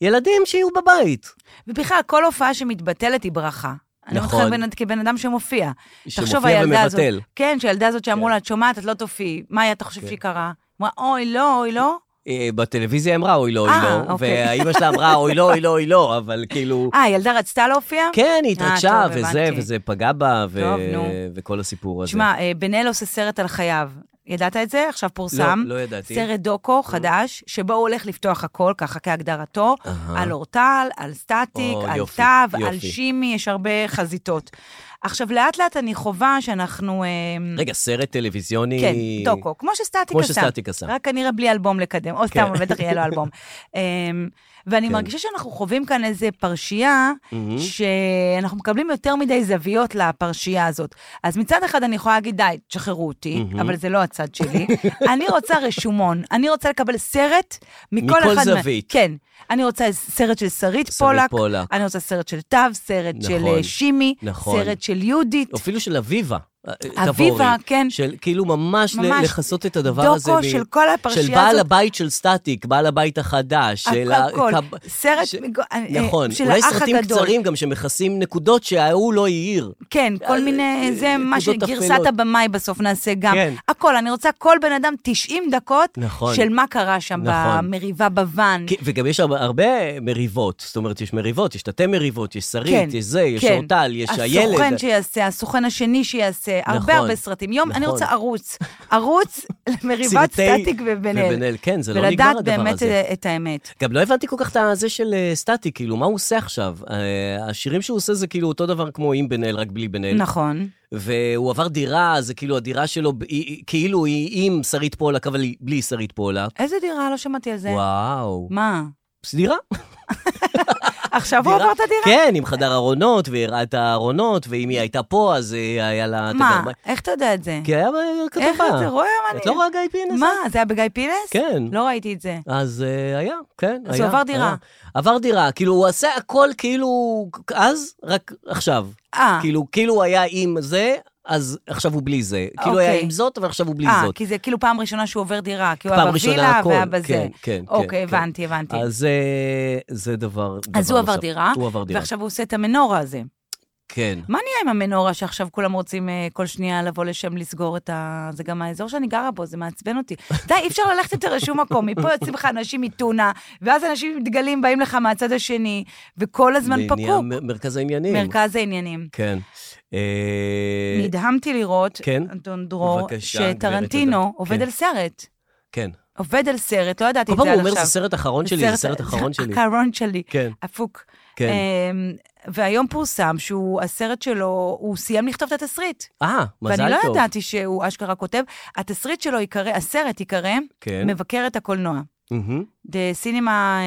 D: ילדים שיהיו בבית.
E: ובכלל, כל הופעה שמתבטלת היא ברכה. אני אומרת לך
D: נכון.
E: בן- כבן אדם שמופיע.
D: שמופיע
E: תחשוב, הילדה הזאת...
D: ומבטל. כן.
E: כן, שהילדה הזאת שאמרו לה, את שומעת, את לא תופיעי. מה היה, אתה חושב שקרה? אמרה, אוי, לא, אוי, לא.
D: אה, בטלוויזיה אמרה אוי לא, אוי
E: אה,
D: לא,
E: אוקיי.
D: והאימא שלה אמרה אוי לא, אוי לא, אוי לא, אבל כאילו...
E: אה, הילדה רצתה להופיע?
D: כן, היא
E: אה,
D: התרגשה,
E: טוב,
D: וזה,
E: הבנתי.
D: וזה פגע בה, ו-
E: טוב, נו.
D: וכל הסיפור הזה.
E: תשמע, אה, בן אל עושה סרט על חייו. ידעת את זה? עכשיו פורסם.
D: לא ידעתי.
E: סרט דוקו חדש, שבו הוא הולך לפתוח הכל, ככה כהגדרתו,
D: אהה.
E: על אורטל, על סטטיק,
D: או,
E: על
D: יופי,
E: תו,
D: יופי.
E: על שימי, יש הרבה חזיתות. עכשיו, לאט-לאט אני חווה שאנחנו... אה,
D: רגע, סרט טלוויזיוני...
E: כן, דוקו, כמו שסטטיק
D: כמו
E: עשה.
D: שסטטיק עשה. כן.
E: רק כנראה בלי אלבום לקדם, או סתם, אבל בטח יהיה לו אלבום. אמ, ואני מרגישה שאנחנו חווים כאן איזה פרשייה,
D: מהמם.
E: שאנחנו מקבלים יותר מדי זוויות לפרשייה הזאת. אז מצד אחד אני יכולה להגיד, די, תשחררו אותי,
D: Mm-hmm.
E: אבל זה לא הצד שלי. אני רוצה רשומון, אני רוצה לקבל סרט מכל אחד...
D: מכל
E: מה-
D: זווית.
E: כן. אני רוצה סרט של שרית
D: שרית
E: פולק,
D: פולק.
E: אני רוצה סרט של תו, סרט של
D: נכון,
E: אה, שימי,
D: נכון.
E: סרט של יהודית.
D: אפילו של אביבה. אה,
E: אביבה,
D: תבורי,
E: כן.
D: של כאילו ממש,
E: ממש.
D: ממש לכסות את הדבר
E: דוקו
D: הזה. מ-
E: של כל הפרשייה
D: של בעל
E: הזאת.
D: הבית של סטטיק, בעל הבית החדש. של ה-
E: הכל, הכל.
D: כב-
E: סרט
D: ש-
E: מגו- אה,
D: נכון.
E: של
D: אולי
E: האח
D: סרטים
E: הגדול.
D: קצרים גם שמכסים נקודות שההוא לא העיר.
E: כן, כל
D: אה,
E: מיני,
D: אה,
E: זה מה
D: נקודות
E: שגרסת
D: אפלות.
E: הבמאי בסוף נעשה גם.
D: כן.
E: הכל, אני רוצה כל בן אדם 90 דקות
D: נכון.
E: של מה קרה שם
D: נכון. כן,
E: במריבה בוואן.
D: כי- וגם יש הרבה- הרבה מריבות. זאת אומרת, יש מריבות, יש תתי מריבות, יש שרית, יש זה, יש
E: כן.
D: אורטל, יש
E: הסוכן
D: הילד.
E: שיעשה, הסוכן השני שיעשה, הרבה
D: נכון,
E: הרבה סרטים. יום, אני
D: נכון.
E: רוצה ערוץ. ערוץ למריבת
D: צוותי
E: סטטיק ובן אל.
D: ובן אל, כן, זה לא נגמר
E: ולדעת
D: הדבר
E: באמת
D: הזה.
E: את האמת.
D: גם לא הבנתי כל כך את הזה של אה, סטטיק, כאילו, מה הוא עושה עכשיו? אה, השירים שהוא עושה זה כאילו אותו דבר כמו עם בן אל, רק בלי בן אל.
E: נכון.
D: והוא עבר דירה, זה כאילו הדירה שלו, ב- היא- היא- כאילו היא עם שרית פולק, אבל היא בלי שרית פולק.
E: איזה דירה? לא שמעתי על זה.
D: וואו.
E: מה?
D: דירה?
E: עכשיו הוא
D: דירה-
E: עבר את הדירה?
D: כן, עם חדר ארונות, והיא הראה את הארונות, ואם היא הייתה פה, אז אה, היה לה... אתה
E: מה?
D: יודע,
E: איך אתה יודע את זה?
D: כי היה אה, כתבה.
E: איך אתה רואה? מה אני-
D: את לא רואה גיא פינס?
E: מה, זה היה בגיא פינס?
D: כן.
E: לא ראיתי את זה.
D: אז אה, היה, כן,
E: אז
D: היה.
E: הוא עבר דירה.
D: היה. עבר דירה, כאילו, הוא עשה הכל כאילו אז, רק עכשיו.
E: אה,
D: כאילו, כאילו הוא היה עם זה, אז עכשיו הוא בלי זה. כאילו היה
E: אוקיי.
D: עם זאת, אבל עכשיו הוא בלי
E: אה,
D: זאת.
E: כי זה כאילו פעם ראשונה שהוא עובר דירה, כי הוא
D: פעם
E: היה
D: ראשונה
E: בווילה
D: הכל,
E: והיה בזה.
D: כן, כן,
E: אוקיי,
D: כן,
E: הבנתי, הבנתי.
D: אז אה, זה דבר, דבר
E: אז הוא עבר
D: נוסף.
E: דירה,
D: הוא עבר דירה,
E: ועכשיו הוא עושה את המנורה הזה.
D: כן.
E: מה נהיה עם המנורה שעכשיו כולם רוצים אה, כל שנייה לבוא לשם לסגור את ה... זה גם האזור שאני גרה בו, זה מעצבן אותי. די, אי אפשר ללכת יותר לשום מקום. מפה יוצאים לך אנשים מטונה, ואז אנשים עם דגלים באים לך מהצד השני, וכל הזמן
D: זה נהיה
E: פקוק.
D: מ- מרכז העניינים.
E: מרכז העניינים.
D: כן. אה,
E: נדהמתי לראות,
D: כן?
E: אדון דרור,
D: בבקשה, גברת, תודה.
E: שטרנטינו עובד
D: כן.
E: על סרט.
D: כן.
E: עובד על סרט, לא ידעתי
D: כל
E: את
D: פעם
E: זה
D: הוא
E: עד
D: אומר, זה
E: עכשיו.
D: סרט אחרון שלי, זה סרט אחרון שלי.
E: האחרון שלי.
D: כן,
E: הפוק.
D: כן.
E: אמ, והיום פורסם שהוא, הסרט שלו, הוא סיים לכתוב את התסריט.
D: אה, מזל טוב.
E: ואני לא ידעתי שהוא אשכרה כותב. התסריט שלו ייקרא, הסרט ייקרא,
D: כן.
E: מבקר את הקולנוע.
D: מהמם.
E: The cinema...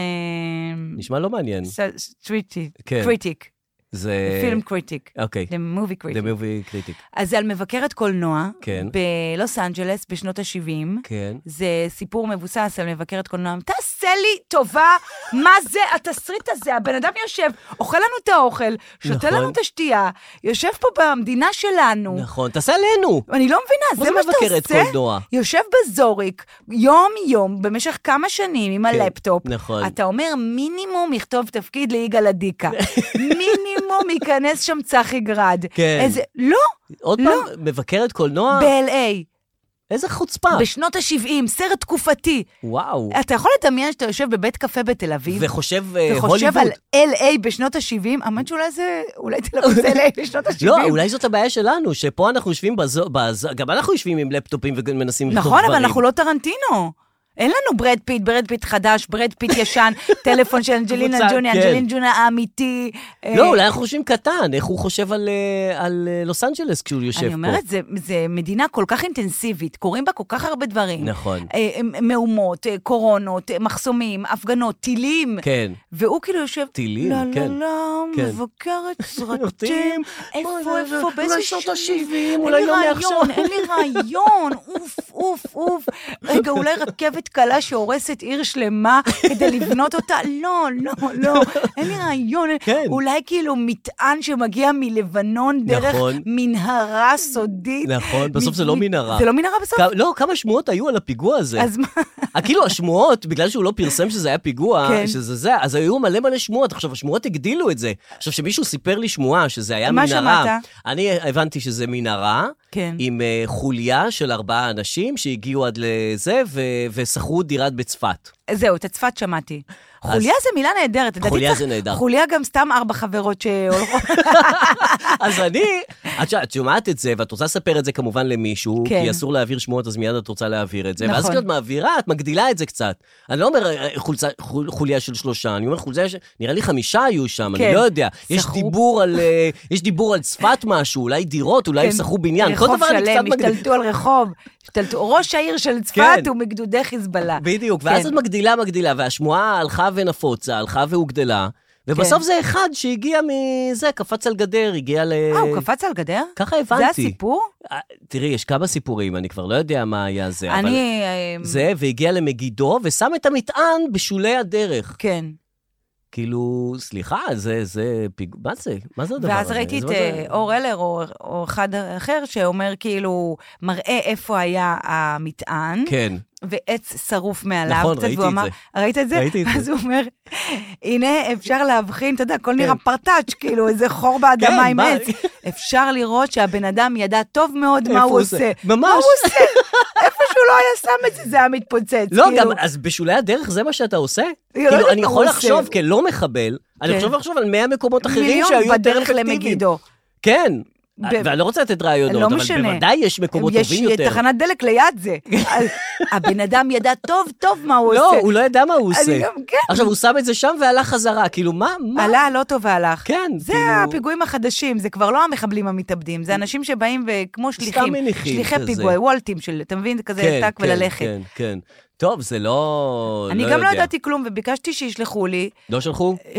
E: אמ,
D: נשמע לא מעניין. כן.
E: קריטיק.
D: זה...
E: פילם קריטיק.
D: אוקיי.
E: The movie
D: The
E: critic.
D: movie critic.
E: אז זה על מבקרת קולנוע,
D: כן.
E: בלוס אנג'לס בשנות ה-70.
D: כן.
E: זה סיפור מבוסס על מבקרת קולנוע. תעשה לי טובה, מה זה התסריט הזה? הבן אדם יושב, אוכל לנו את האוכל, שותה
D: נכון.
E: לנו את השתייה, יושב פה במדינה שלנו.
D: נכון, תעשה עלינו.
E: אני לא מבינה,
D: מה
E: זה
D: זה
E: מה שאתה
D: מבקרת
E: עושה?
D: קולנוע?
E: יושב בזוריק יום-יום, במשך כמה שנים עם
D: כן,
E: הלפטופ.
D: נכון.
E: אתה אומר, מינימום יכתוב תפקיד ליגאל אדיקה. מינימום ייכנס שם צחי גרד.
D: כן. אה.
E: איזה... לא,
D: עוד
E: לא.
D: פעם, מבקרת קולנוע?
E: ב-LA.
D: איזה חוצפה.
E: בשנות ה-70, סרט תקופתי.
D: וואו.
E: אתה יכול לדמיין שאתה יושב בבית קפה בתל אביב,
D: וחושב אה,
E: וחושב על
D: הוליווד.
E: LA בשנות ה-70, אמרת שאולי זה, אולי תל אביב זה LA בשנות ה-70.
D: לא, אולי זאת הבעיה שלנו, שפה אנחנו יושבים בזו... בז... גם אנחנו יושבים עם לפטופים ומנסים לכתוב דברים.
E: נכון, אבל אנחנו לא טרנטינו. אין לנו ברד פיט, ברד פיט חדש, ברד פיט ישן, טלפון של אנג'לינה
D: קבוצה,
E: ג'וני,
D: כן.
E: אנג'לינה ג'וני האמיתי. אה,
D: לא, אולי אנחנו חושבים קטן, איך הוא חושב על, אה, על אה, לוס אנג'לס כשהוא יושב פה.
E: אני אומרת, זה, זה מדינה כל כך אינטנסיבית, קורים בה כל כך הרבה דברים.
D: נכון.
E: אה, אה, מהומות, אה, קורונות, אה, מחסומים, הפגנות, טילים.
D: כן.
E: והוא כאילו יושב,
D: טילים,
E: לא,
D: כן.
E: לא, לא,
D: כן.
E: מבקרת סרטים,
D: סרטים,
E: איפה,
D: אוי,
E: איפה,
D: אולי
E: באיזה
D: שנות
E: שנים?
D: ה-שבעים,
E: אין לי
D: אולי לא מעכשיו.
E: רעיון, אין לי רעיון, אוף, אוף, אוף. רגע, אולי רכבת קלה שהורסת עיר שלמה כדי לבנות אותה? לא, לא, לא, אין לי רעיון.
D: כן.
E: אולי כאילו מטען שמגיע מלבנון דרך
D: נכון.
E: מנהרה סודית.
D: נכון, בסוף
E: מ-
D: זה לא
E: מ-
D: מנהרה.
E: זה לא מנהרה בסוף?
D: כ- לא, כמה שמועות היו על הפיגוע הזה.
E: אז מה?
D: אה, כאילו השמועות, בגלל שהוא לא פרסם שזה היה פיגוע,
E: כן.
D: שזה זה, אז היו מלא מלא שמועות. עכשיו, השמועות הגדילו את זה. עכשיו, שמישהו סיפר לי שמועה שזה היה
E: מה
D: מנהרה.
E: שמעת?
D: אני הבנתי שזה מנהרה,
E: כן.
D: עם אה, חוליה של ארבעה אנשים שהגיעו עד לזה, ו- ושכרו דירת בצפת.
E: זהו, את הצפת שמעתי. חוליה זה מילה נהדרת. לדעתי
D: חוליה
E: צריך-
D: זה נהדר.
E: חוליה גם סתם ארבע חברות שהולכות...
D: אז אני, את ש- את שומעת את זה, ואת רוצה לספר את זה כמובן למישהו,
E: כן.
D: כי אסור להעביר שמועות, אז מיד את רוצה להעביר את זה. ואז
E: נכון.
D: כשאת מעבירה, את מגדילה את זה קצת. אני לא אומר אה, חולצה- חול- חוליה של שלושה, אני אומר חוליה של... נראה לי חמישה היו שם,
E: כן.
D: אני לא יודע. יש
E: שכרו-
D: דיבור על אה, יש דיבור על צפת משהו, אולי דירות, אולי הם שכרו בניין. כל דבר אני קצת
E: כן. רחוב שלם,
D: מגדילה.
E: השתלטו על רחוב. השתלטו, ראש העיר של צפת
D: כן.
E: הוא מגדודי חיזבאללה.
D: בדיוק, ואז
E: כן.
D: את מגדילה, מגדילה, והשמועה הלכה ונפוצה, הלכה והוגדלה, ובסוף
E: כן.
D: זה אחד שהגיע מזה, קפץ על גדר, הגיע ל...
E: אה, הוא קפץ על גדר?
D: ככה הבנתי.
E: זה הסיפור?
D: אה, תראי, יש כמה סיפורים, אני כבר לא יודע מה היה זה, אבל...
E: אני... אה,
D: זה, והגיע למגידו, ושם את המטען בשולי הדרך.
E: כן.
D: כאילו, סליחה, זה, זה, פיג... מה זה? מה זה הדבר הזה?
E: ואז ראיתי
D: זה לא
E: את
D: מה זה?
E: אה, אור אלר או- או אחד אחר שאומר כאילו, מראה איפה היה המטען.
D: כן,
E: ועץ שרוף מעליו.
D: נכון,
E: קצת,
D: ראיתי
E: והוא
D: את
E: אמר, ראית את זה?
D: ראיתי את
E: ואז
D: זה.
E: הוא אומר, הנה, אפשר להבחין, אתה יודע, הכל נראה פרטאץ', כאילו, איזה חור באדמה
D: כן,
E: עם
D: מה-
E: עץ. אפשר לראות שהבן אדם ידע טוב מאוד מה
D: איפה
E: הוא
D: הוא
E: עושה.
D: זה?
E: מה
D: ממש.
E: הוא עושה? איפה שהוא לא היה שם את זה, זה היה מתפוצץ.
D: לא,
E: כאילו.
D: גם, אז בשולי הדרך זה מה שאתה עושה?
E: לא יודעת
D: כאילו, אני
E: מה
D: יכול
E: הוא עושה.
D: לחשוב כלא מחבל, אני
E: כן.
D: יכול לחשוב על 100 מקומות אחרים
E: מיליון
D: שהיו יותר
E: בדרך
D: אפקטיביים.
E: למגידו.
D: כן,
E: ב-
D: ואני לא רוצה לתת רעיונות,
E: לא
D: אבל
E: משנה.
D: בוודאי יש מקומות
E: יש
D: טובים יותר.
E: תחנת דלק ליד זה. אז הבן אדם ידע טוב טוב מה הוא
D: לא,
E: עושה.
D: הוא לא ידע מה הוא
E: אני
D: עושה.
E: גם- כן.
D: עכשיו, הוא שם את זה שם והלך חזרה, כאילו, מה, מה?
E: עלה הלוטו והלך.
D: כן,
E: זה
D: כאילו-
E: הפיגועים החדשים, זה כבר לא המחבלים המתאבדים, זה אנשים שבאים וכמו שליחים.
D: מניחים
E: שליחי
D: כזה.
E: פיגועי, וולטים של, אתה מבין? זה כזה טק וללכת.
D: כן, כן. טוב, זה לא...
E: אני
D: לא
E: גם לא
D: יודע.
E: ידעתי כלום, וביקשתי שישלחו לי.
D: לא שלחו?
E: אה,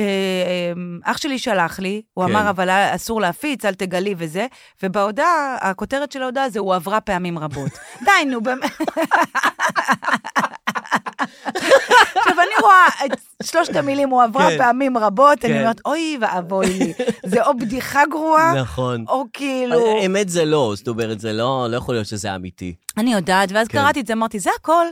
E: אה, אח שלי שלח לי, הוא
D: כן.
E: אמר, אבל אסור להפיץ, אל תגלי וזה, ובהודעה, הכותרת של ההודעה זה, הוא עברה פעמים רבות. די, נו, באמת. עכשיו, אני רואה את שלושת המילים, הוא עברה
D: כן.
E: פעמים רבות, אני
D: כן.
E: אומרת, אוי ואבוי לי. זה או בדיחה גרועה,
D: נכון.
E: אה, או כאילו...
D: אמת זה לא, זאת אומרת, זה לא, לא יכול להיות שזה אמיתי.
E: אני יודעת, ואז
D: כן.
E: קראתי את זה, אמרתי, זה הכל.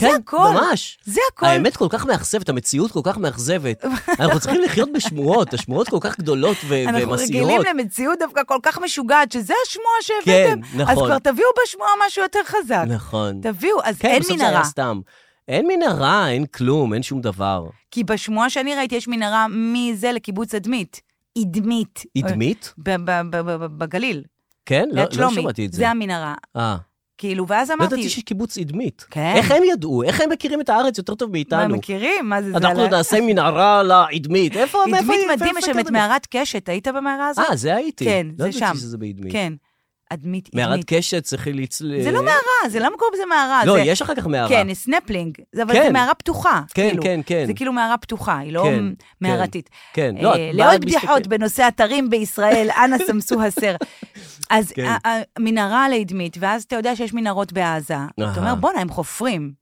E: זה הכל.
D: ממש.
E: זה הכל.
D: האמת כל כך מאכזבת, המציאות כל כך מאכזבת. אנחנו צריכים לחיות בשמועות, השמועות כל כך גדולות ו-
E: אנחנו רגילים
D: ומסעירות.
E: למציאות דווקא כל כך משוגעת, שזה השמועה
D: כן,
E: שהבאתם. אז
D: נכון.
E: כבר תביאו בשמועה משהו יותר חזק.
D: נכון.
E: תביאו, אז
D: כן,
E: אין
D: בסוף זה
E: מנהרה.
D: היה סתם. אין מנהרה, אין כלום, אין שום דבר.
E: כי בשמועה שאני ראיתי יש מנהרה מזה לקיבוץ אדמית. אדמית.
D: אדמית?
E: ב- ב- ב- ב- ב- בגליל,
D: כן? לא
E: ליד
D: לא
E: שלומי.
D: שמעתי את זה.
E: זה המנהרה.
D: אה,
E: כאילו, ואז
D: לא
E: אמרתי...
D: ידעתי שיש קיבוץ אדמית.
E: כן.
D: איך הם ידעו? איך הם מכירים את הארץ יותר טוב
E: מה, הם
D: מאיתנו?
E: מכירים? מה זה? לא- זה
D: אנחנו
E: על ה-
D: נעשה מנהרה לאדמית. איפה? מאיפה-
E: אדמית
D: איפה-
E: מדהים,
D: איפה
E: יש שם את
D: הכרתם?
E: מערת קשת, היית במערה הזאת?
D: אה, זה הייתי.
E: כן, זה
D: לא
E: שם.
D: ידעתי שזה באדמית.
E: כן. אדמית,
D: מערת
E: אדמית.
D: קשת, צריך לצל...
E: זה לא מערה, זה למה קוראים לזה מערה?
D: לא,
E: זה-
D: יש אחר כך מערה.
E: כן, סנפלינג. זה- אבל
D: כן.
E: זה מערה פתוחה.
D: כן,
E: כאילו.
D: כן, כן.
E: זה כאילו מערה פתוחה, היא לא
D: כן,
E: מ- מערתית.
D: כן.
E: אה,
D: לא, את באה
E: לעוד
D: מסתכל-
E: בדיחות בנושא אתרים בישראל, אנא סמסו הסר. אז
D: כן.
E: ה- ה- מנהרה לאדמית, ואז אתה יודע שיש מנהרות בעזה. אתה אומר,
D: אהה.
E: בואנה, הם חופרים.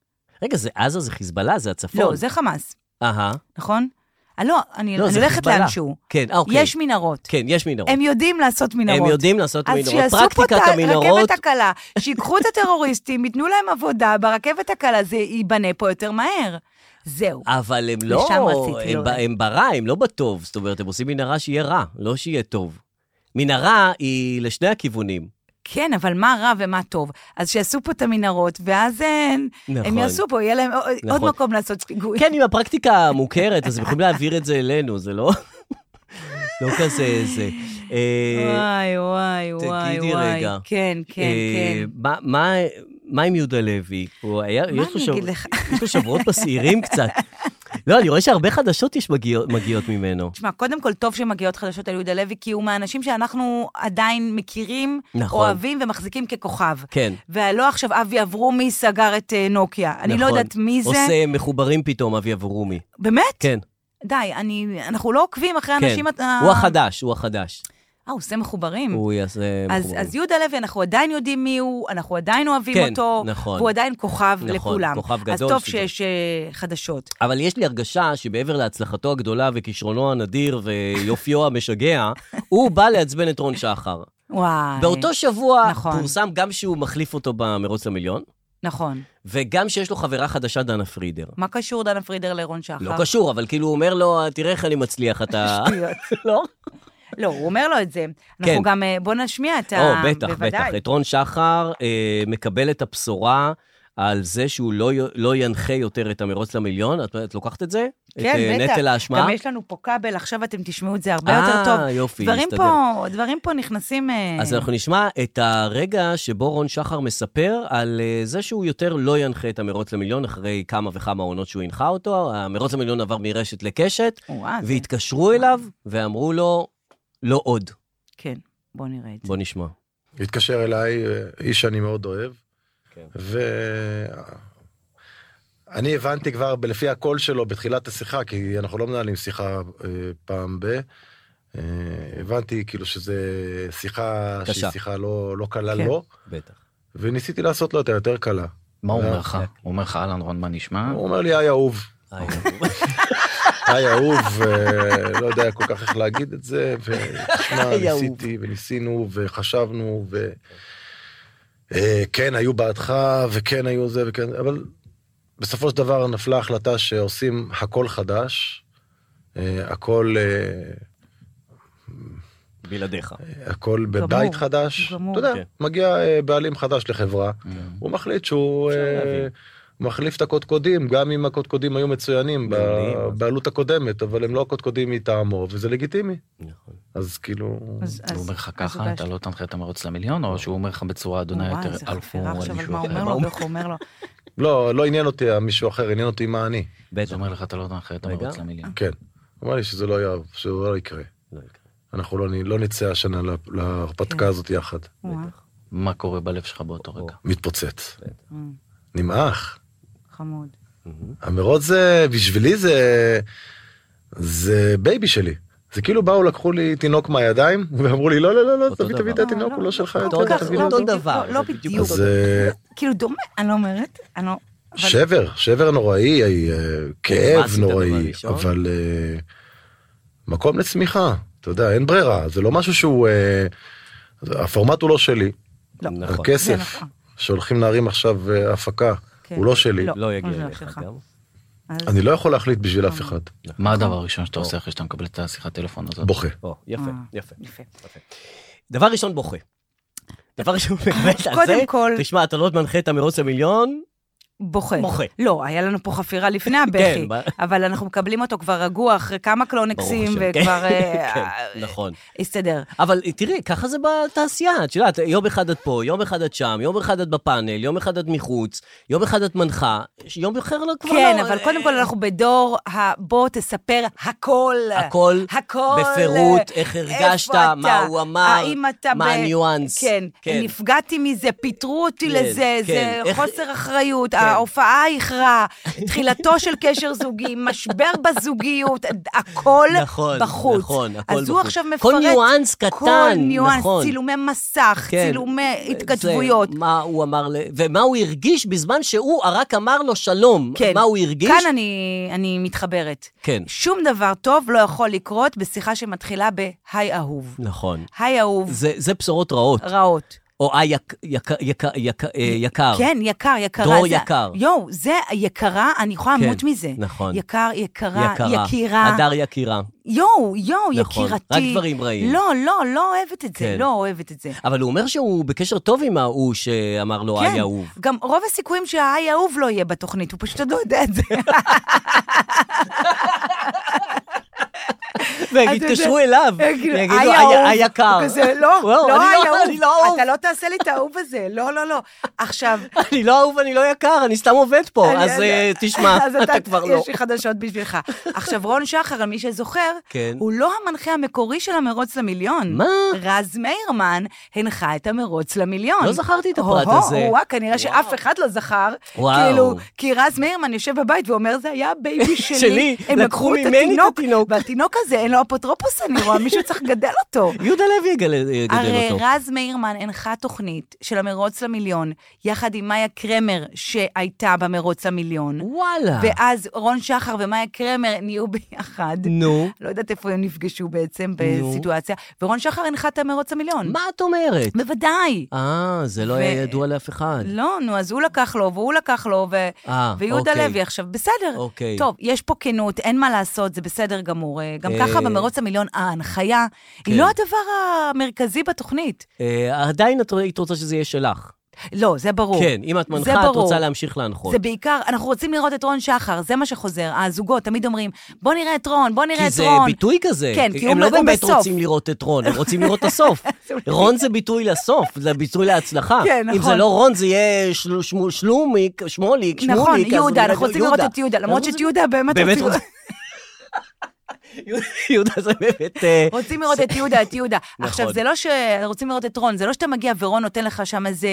D: רגע, זה עזה, זה חיזבאללה, זה הצפון.
E: לא, זה חמאס,
D: אהה.
E: נכון? אה, לא, אני
D: לא,
E: אני
D: זה
E: הולכת
D: חיזבאללה.
E: לאנשהו.
D: כן, אה, אוקיי.
E: יש מנהרות.
D: כן, יש מנהרות.
E: הם יודעים לעשות מנהרות.
D: הם יודעים לעשות
E: אז
D: מנהרות.
E: שיעשו פה את
D: פרקטיקת המנהרות,
E: הרכבת הקלה, שיקחו את הטרוריסטים, ייתנו להם עבודה, ברכבת הקלה זה ייבנה פה יותר מהר. זהו.
D: אבל הם לא...
E: לשם רציתי,
D: הם
E: לא.
D: ב- הם ברע, הם לא בטוב. זאת אומרת, הם עושים מנהרה שיהיה רע, לא שיהיה טוב. מנהרה היא לשני הכיוונים.
E: כן, אבל מה רע ומה טוב? אז שיעשו פה את המנהרות, ואז הם,
D: נכון.
E: הם יעשו פה, יהיה להם עוד- עוד
D: נכון.
E: מקום לעשות פיגועים.
D: כן, עם הפרקטיקה המוכרת, אז הם יכולים להעביר את זה אלינו, זה לא... לא כזה, זה... אה,
E: וואי, וואי, וואי.
D: תגידי
E: וואי.
D: רגע.
E: כן, כן,
D: אה,
E: כן.
D: מה- מה- מה עם יהודה לוי? הוא היה,
E: מה
D: יש לו
E: אני
D: שב-
E: אגיד לך?
D: יש לו שבועות בשעירים קצת. לא, אני רואה שהרבה חדשות יש מגיעות מגיעות ממנו.
E: תשמע, קודם כל, טוב שמגיעות חדשות על יהודה לוי, כי הוא מהאנשים שאנחנו עדיין מכירים,
D: נכון.
E: אוהבים ומחזיקים ככוכב.
D: כן.
E: ולא עכשיו אבי אברומי סגר את אה, נוקיה. אני לא
D: נכון.
E: יודעת מי זה.
D: עושה מחוברים פתאום, אבי אברומי.
E: באמת?
D: כן,
E: די, אני, אנחנו לא עוקבים אחרי
D: כן.
E: אנשים... ה-
D: הוא החדש, הוא החדש.
E: אה, הוא עושה מחוברים.
D: הוא יעשה
E: אז,
D: מחוברים.
E: אז יהודה לוי, אנחנו עדיין יודעים מי הוא, אנחנו עדיין אוהבים
D: כן,
E: אותו,
D: נכון.
E: והוא עדיין כוכב
D: נכון,
E: לכולם.
D: כוכב
E: אז
D: גדול
E: טוב
D: שזה.
E: שיש אה, חדשות.
D: אבל יש לי הרגשה שמעבר להצלחתו הגדולה וכישרונו הנדיר ויופיו המשגע, הוא בא לעצבן את רון שחר.
E: וואי.
D: באותו שבוע
E: אה, נכון.
D: פורסם גם שהוא מחליף אותו במרוץ למיליון,
E: נכון.
D: וגם שיש לו חברה חדשה, דנה פרידר.
E: מה קשור דנה פרידר לרון שחר?
D: לא קשור, אבל כאילו הוא אומר לו, תראה איך אני מצליח, אתה...
E: נכון. שטויות.
D: לא?
E: לא, הוא אומר לו את זה. אנחנו
D: כן.
E: גם, אה, בוא נשמיע את ה...
D: או, בטח, בטח.
E: בוודאי.
D: את רון שחר אה, מקבל את הבשורה על זה שהוא לא, י- לא ינחה יותר את המרוץ למיליון. את, את לוקחת את זה? את, אה,
E: כן, בטח.
D: נטל האשמה?
E: גם יש לנו פה כבל, עכשיו אתם תשמעו את זה הרבה יותר טוב.
D: אה, יופי,
E: דברים
D: הסתדר.
E: פה, דברים פה נכנסים... אה,
D: אז אנחנו נשמע את הרגע שבו רון שחר מספר על אה, זה שהוא יותר לא ינחה את המרוץ למיליון אחרי כמה וכמה עונות שהוא הנחה אותו. המרוץ למיליון עבר מרשת לקשת,
E: וואה, זה-
D: והתקשרו אליו ואמרו לו, לא עוד.
E: כן, בוא נראה את זה.
D: בוא נשמע.
F: התקשר אליי אה, איש שאני מאוד אוהב,
D: כן.
F: ואני הבנתי כבר ב- לפי הקול שלו בתחילת השיחה, כי אנחנו לא מנהלים שיחה אה, פעם ב... אה, הבנתי כאילו שזה שיחה
D: קשה.
F: שהיא שיחה לא, לא קלה
E: כן.
F: לו,
D: בטח.
F: וניסיתי לעשות לו אותה יותר קלה.
G: מה
E: לא,
G: הוא אומר לך?
F: אה.
G: הוא אומר לך, אהלן רון, מה
H: אה.
G: נשמע?
F: הוא אומר לי, היי אהוב,
D: היי,
F: היי אהוב, אה, לא יודע כל כך איך להגיד את זה, ותשמע,
D: היי, אהוב.
F: ניסיתי וניסינו וחשבנו, ו... אה, כן, היו בעדך, וכן היו זה, וכן, אבל בסופו של דבר נפלה החלטה שעושים הכל חדש, אה, הכל, אה,
D: בלעדיך.
F: הכל
E: גמור,
F: בבית חדש.
E: גמור.
F: אתה יודע,
D: כן.
F: מגיע אה, בעלים חדש לחברה,
E: אוקיי.
G: Mm.
F: הוא מחליט שהוא...
D: אפשר
F: אה,
D: להבין.
F: מחליף את הקודקודים, גם אם הקודקודים היו מצוינים ב-
D: מעולים.
F: בעלות הקודמת, אבל הם לא הקודקודים מטעמו, וזה לגיטימי.
D: נכון.
F: אז כאילו...
E: אז- אז-
G: הוא אומר לך
E: אז
G: ככה,
E: הוגש
G: אתה לא תנחה את המרוץ למיליון, או שהוא אומר לך בצורה אדונה
E: וואי,
G: יותר,
E: זה
G: אלפו
E: חפירה
G: על
E: עכשיו, על
G: מישהו
E: מה הוא
G: אחר. מה
E: אומר לו
G: הוא
E: ואיך הוא אומר לו.
F: לא, לא עניין אותי מישהו אחר, עניין אותי מה אני.
G: אז
D: בטח.
G: הוא אומר לך, אתה לא תנחה את
D: רגע.
G: המרוץ למיליון.
E: אוקיי.
F: כן. הוא אמר לי שזה לא יאהב, שזה לא יקרה.
D: לא יקרה,
F: אנחנו לא, נ- לא נצא השנה לה-
E: כן.
F: להרפתקה הזאת יחד.
E: וואו.
G: מה קורה בלב שלך באותו
D: או.
G: רגע?
F: מתפוצץ.
E: Mm.
F: נמעך.
E: חמוד.
D: לא.
F: המרוץ זה, בשבילי זה, זה בייבי שלי. זה כאילו באו, לקחו לי תינוק מהידיים, ואמרו לי, לא, לא, לא, לא,
D: אותו
F: תביא, תביא את
D: דבר.
F: התינוק, הוא לא שלך
E: לא
F: יותר,
E: כל כך,
F: תביא
E: לא
F: לו אותו.
E: בדיוק,
D: דבר,
E: לא- לא
D: זה בדיוק
E: בדיוק.
F: אז אה,
E: כאילו דומה, אני לא אומרת, אני לא... אבל-
F: שבר, שבר נוראי, אה,
D: מה
F: כאב
D: עשית דבר
F: נוראי,
D: ראשון?
F: אבל אה, מקום לצמיחה, אתה יודע, אין ברירה, זה לא משהו שהוא, אה, הפורמט הוא לא שלי,
E: לא.
D: נכון.
E: זה
F: הכסף
E: נכון.
F: שהולכים להרים עכשיו אה, הפקה,
E: כן.
F: הוא לא שלי,
E: לא.
D: לא
E: הוא
D: יגיע
E: לא
D: אליך
E: שלך.
D: גם.
E: אז-
F: אני לא יכול להחליט בשביל אף אחד,
G: מה הדבר הראשון שאתה עושה אחרי שאתה מקבל את השיחת טלפון הזאת?
F: בוכה.
D: או, יפה,
E: אה.
D: יפה.
E: יפה.
D: דבר ראשון בוכה. דבר ראשון באמת, על
E: קודם
D: זה,
E: כל-
D: תשמע, אתה לא מנחה את המרוץ למיליון,
E: בוכה.
D: בוכה.
E: לא, היה לנו פה חפירה לפני הבכי,
D: כן, ב-
E: אבל אנחנו מקבלים אותו כבר רגוע אחרי כמה
D: ברוך
E: קלונקסים,
D: השם.
E: וכבר... אה,
D: כן, נכון.
E: הסתדר.
D: אבל אה, תראי, ככה זה בתעשייה, את יודעת, יום אחד את פה, יום אחד את שם, יום אחד את בפאנל, יום אחד את מחוץ, יום אחד את מנחה, ש- יום אחר לא כבר
E: כן,
D: לא.
E: אבל קודם כל אנחנו בדור ה... בוא תספר הכל.
D: הכל,
E: הכל. אה,
D: בפירוט, איך הרגשת,
E: איפה אתה?
D: מה הוא אמר,
E: האם אתה
D: מה
E: ב-
D: הניואנס.
E: כן,
D: כן.
E: נפגעתי מזה, פיטרו אותי
D: כן,
E: לזה,
D: כן.
E: זה
D: איך-
E: חוסר אחריות, ההופעה איחרה, תחילתו של קשר זוגי, משבר בזוגיות, הכל
D: נכון,
E: בחוץ.
D: נכון, הכל
E: אז הוא
D: בחוץ.
E: עכשיו מפרט.
D: כל ניואנס
E: כל
D: קטן,
E: ניואנס,
D: נכון.
E: צילומי מסך,
D: כן.
E: צילומי התכתבויות.
D: זה, מה הוא אמר, ל- ומה הוא הרגיש בזמן שהוא רק אמר לו שלום.
E: כן.
D: מה הוא הרגיש?
E: כאן אני, אני מתחברת.
D: כן.
E: שום דבר טוב לא יכול לקרות בשיחה שמתחילה ב"היי אהוב".
D: נכון.
E: היי אהוב,
D: זה, זה בשורות רעות.
E: רעות.
D: או אה, יק, יק, יק, יק, אה, יקר.
E: כן, יקר, יקרה.
D: דרור
E: זה-
D: יקר.
E: יואו, זה יקרה, אני יכולה
D: כן,
E: למות מזה.
D: נכון.
E: יקר, יקרה,
D: יקרה.
E: יקירה.
D: הדר יקירה.
E: יואו, יואו,
D: נכון,
E: יקירתי.
D: רק דברים רעים.
E: לא, לא, לא אוהבת את זה,
D: כן.
E: לא אוהבת את זה.
D: אבל הוא אומר שהוא בקשר טוב עם ההוא שאמר לו, "אה,
E: כן,
D: איי אהוב.
E: גם רוב הסיכויים שההיי אהוב לא יהיה בתוכנית, הוא פשוט עוד לא יודע את זה.
D: כן. והם
E: אתה יודע-
D: יתקשרו אליו,
E: כאילו,
D: יגידו,
E: "היי,
D: "איי,
E: אהוב".
D: איי אה, יקר.
E: הוא כזה, לא,
D: וואו,
E: לא,
D: אני
E: היי
D: לא- אני לא
E: אהוב.
D: אהוב.
E: אתה לא תעשה לי את האהוב הזה, לא, לא, לא. עכשיו...
D: אני לא אהוב, אני לא יקר, אני סתם עובד פה.
E: אני-
D: אז
E: אני-
D: אה, תשמע,
E: אז
D: אתה כבר לא.
E: יש לי חדשות בשבילך. עכשיו, רון שחר, על מי שזוכר,
D: כן.
E: הוא לא המנחה המקורי של המרוץ למיליון.
D: מה?
E: רז מאירמן הנחה את המרוץ למיליון.
D: לא זכרתי את הפרט
E: הו-הו,
D: הזה.
E: וואה, אה, כנראה שאף אחד לא זכר.
D: וואו.
E: כאילו, כי רז מאירמן יושב בבית ואומר, זה היה הבייבי שלי.
D: שלי,
E: הם
D: לקחו
E: לקחו את
D: ממני את
E: התינוק.
D: התינוק."
E: והתינוק הזה, אין לו אפוטרופוס, אני רואה, מישהו צריך לגדל אותו.
D: יהודה לוי יגל- יגדל
E: הרי
D: אותו.
E: רז מאירמן הנחה תוכנית של המרוץ למיליון, יחד עם מאיה קרמר שהייתה במרוץ למיליון.
D: וואלה.
E: ואז רון שחר ומאיה קרמר נהיו ביחד.
D: נו.
E: לא יודעת איפה הם נפגשו בעצם בסיטואציה, ורון שחר הנחה את המרוץ המיליון.
D: מה את אומרת?
E: בוודאי.
D: אה, זה לא
E: ו-
D: היה ידוע לאף אחד.
E: לא, נו, אז הוא לקח לו, והוא לקח לו, ו...
D: אה,
E: ויהודה
D: אוקיי.
E: לוי עכשיו, בסדר.
D: אוקיי.
E: טוב, יש פה כנות, אין מה לעשות, זה בסדר גמור. אה, גם
D: אה, כן.
E: ככה במרוץ המיליון, ההנחיה היא לא הדבר המרכזי בתוכנית.
D: אה, עדיין את היית רוצה שזה יהיה שלך.
E: לא, זה ברור.
D: כן, אם את
E: זה
D: מנחה, את
E: ברור.
D: רוצה להמשיך להנחות.
E: זה בעיקר, אנחנו רוצים לראות את רון שחר, זה מה שחוזר. הזוגות תמיד אומרים, בוא נראה את רון, בוא נראה
D: כי
E: את
D: זה
E: רון.
D: ביטוי כזה.
E: כן, כי
D: הם
E: הוא-
D: לא
E: הוא
D: באמת
E: בסוף.
D: רוצים לראות את רון, הם רוצים לראות את הסוף. רון זה ביטוי לסוף, זה ביטוי להצלחה.
E: כן,
D: אם
E: נכון.
D: זה לא רון, זה יהיה של- שמו- שלומיק, שמוליק, שמוליק.
E: נכון,
D: אז
E: יהודה,
D: הוא-
E: אנחנו רוצים לראות את יהודה, למרות
D: אנחנו
E: שאת יהודה באמת
D: באמת
E: רוצים...
D: רוצים- יהודה זה באמת... אה,
E: רוצים לראות את יהודה, את יהודה. עכשיו,
D: נכון.
E: זה לא ש... רוצים לראות את רון, זה לא שאתה מגיע ורון נותן לך שם איזה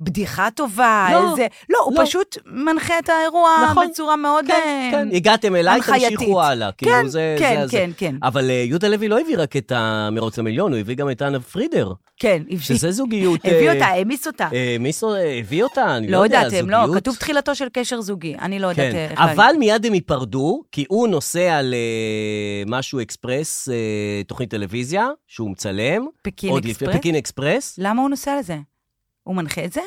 E: בדיחה טובה,
D: לא,
E: איזה... לא, הוא
D: לא.
E: פשוט מנחה את האירוע
D: נכון.
E: בצורה מאוד...
D: כן,
E: אה,
D: כן, הגעתם אליי,
E: הנחייתית.
D: תמשיכו הלאה.
E: כן,
D: כאילו, זה-
E: כן,
D: זה- זה-
E: כן, כן.
D: אבל אה, יהודה לוי לא הביא רק את המרוץ למיליון, הוא הביא גם את אנה פרידר,
E: כן, הביא-
D: שזה זוגיות...
E: הביא
D: אה,
E: אותה, העמיס אותה.
D: אה, מיסו אה, הביא אותה, אני
E: לא
D: לא יודע,
E: יודעת, הם לא,
D: זוגיות.
E: כתוב תחילתו של קשר זוגי, אני לא יודעת
D: כן,
E: איך... להגיד.
D: אבל מיד הם ייפרדו, כי הוא נוסע למשהו אקספרס, אה, תוכנית טלוויזיה, שהוא מצלם.
E: פקין
D: עוד
E: אקספרס?
D: לפני- פקין אקספרס?
E: למה הוא נוסע לזה? הוא מנחה את זה?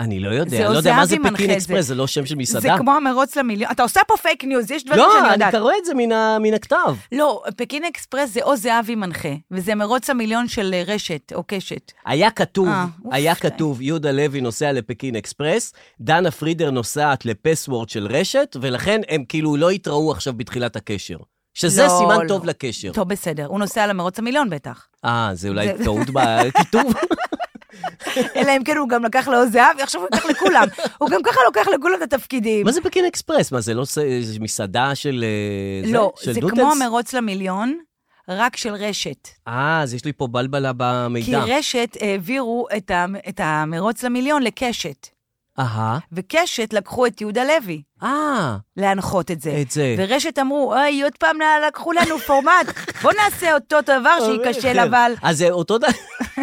D: אני לא
E: זה
D: יודע, אני
E: או
D: לא יודע מה זה
E: זהבי מנחה
D: פקין
E: את
D: אקספרס,
E: זה.
D: זה לא שם של מסעדה.
E: זה כמו המרוץ למיליון. אתה עושה פה פייק ניוז, יש דברים שאני
D: לא, אני
E: יודעת.
D: קורא את זה מן ה- מן הכתב.
E: לא, פקין אקספרס זה או זהבי מנחה, וזה מרוץ המיליון של אה, רשת או קשת.
D: היה כתוב,
E: אה, אוף,
D: היה
E: די.
D: כתוב, יהודה לוי נוסע לפקין אקספרס, דנה פרידר נוסעת לפסוורד של רשת, ולכן הם כאילו לא התראו עכשיו בתחילת הקשר. שזה
E: לא,
D: סימן
E: לא.
D: טוב לקשר.
E: טוב, בסדר, הוא נוסע למרוץ המיליון בטח.
D: אה, זה אולי
E: זה-
D: טעות בכיתוב?
E: אלא אם כן הוא גם לקח לו זהבי, עכשיו הוא ייקח לכולם. הוא גם ככה לוקח לכולם את התפקידים.
D: מה זה פקין אקספרס? מה, זה לא ס- זה מסעדה של... אה,
E: לא,
D: של
E: זה
D: נודלס?
E: כמו המרוץ למיליון, רק של רשת.
D: אה, אז יש לי פה בלבלה
E: כי
D: במידע.
E: רשת העבירו את המ- את המרוץ למיליון לקשת.
D: אהה.
E: וקשת לקחו את יהודה לוי
D: אה,
E: להנחות את זה.
D: את זה.
E: ורשת אמרו, אוי, עוד פעם לה- לקחו לנו פורמט, בוא נעשה אותו דבר שייכשל, אבל...
D: אה, כן. אז זה אותו דבר,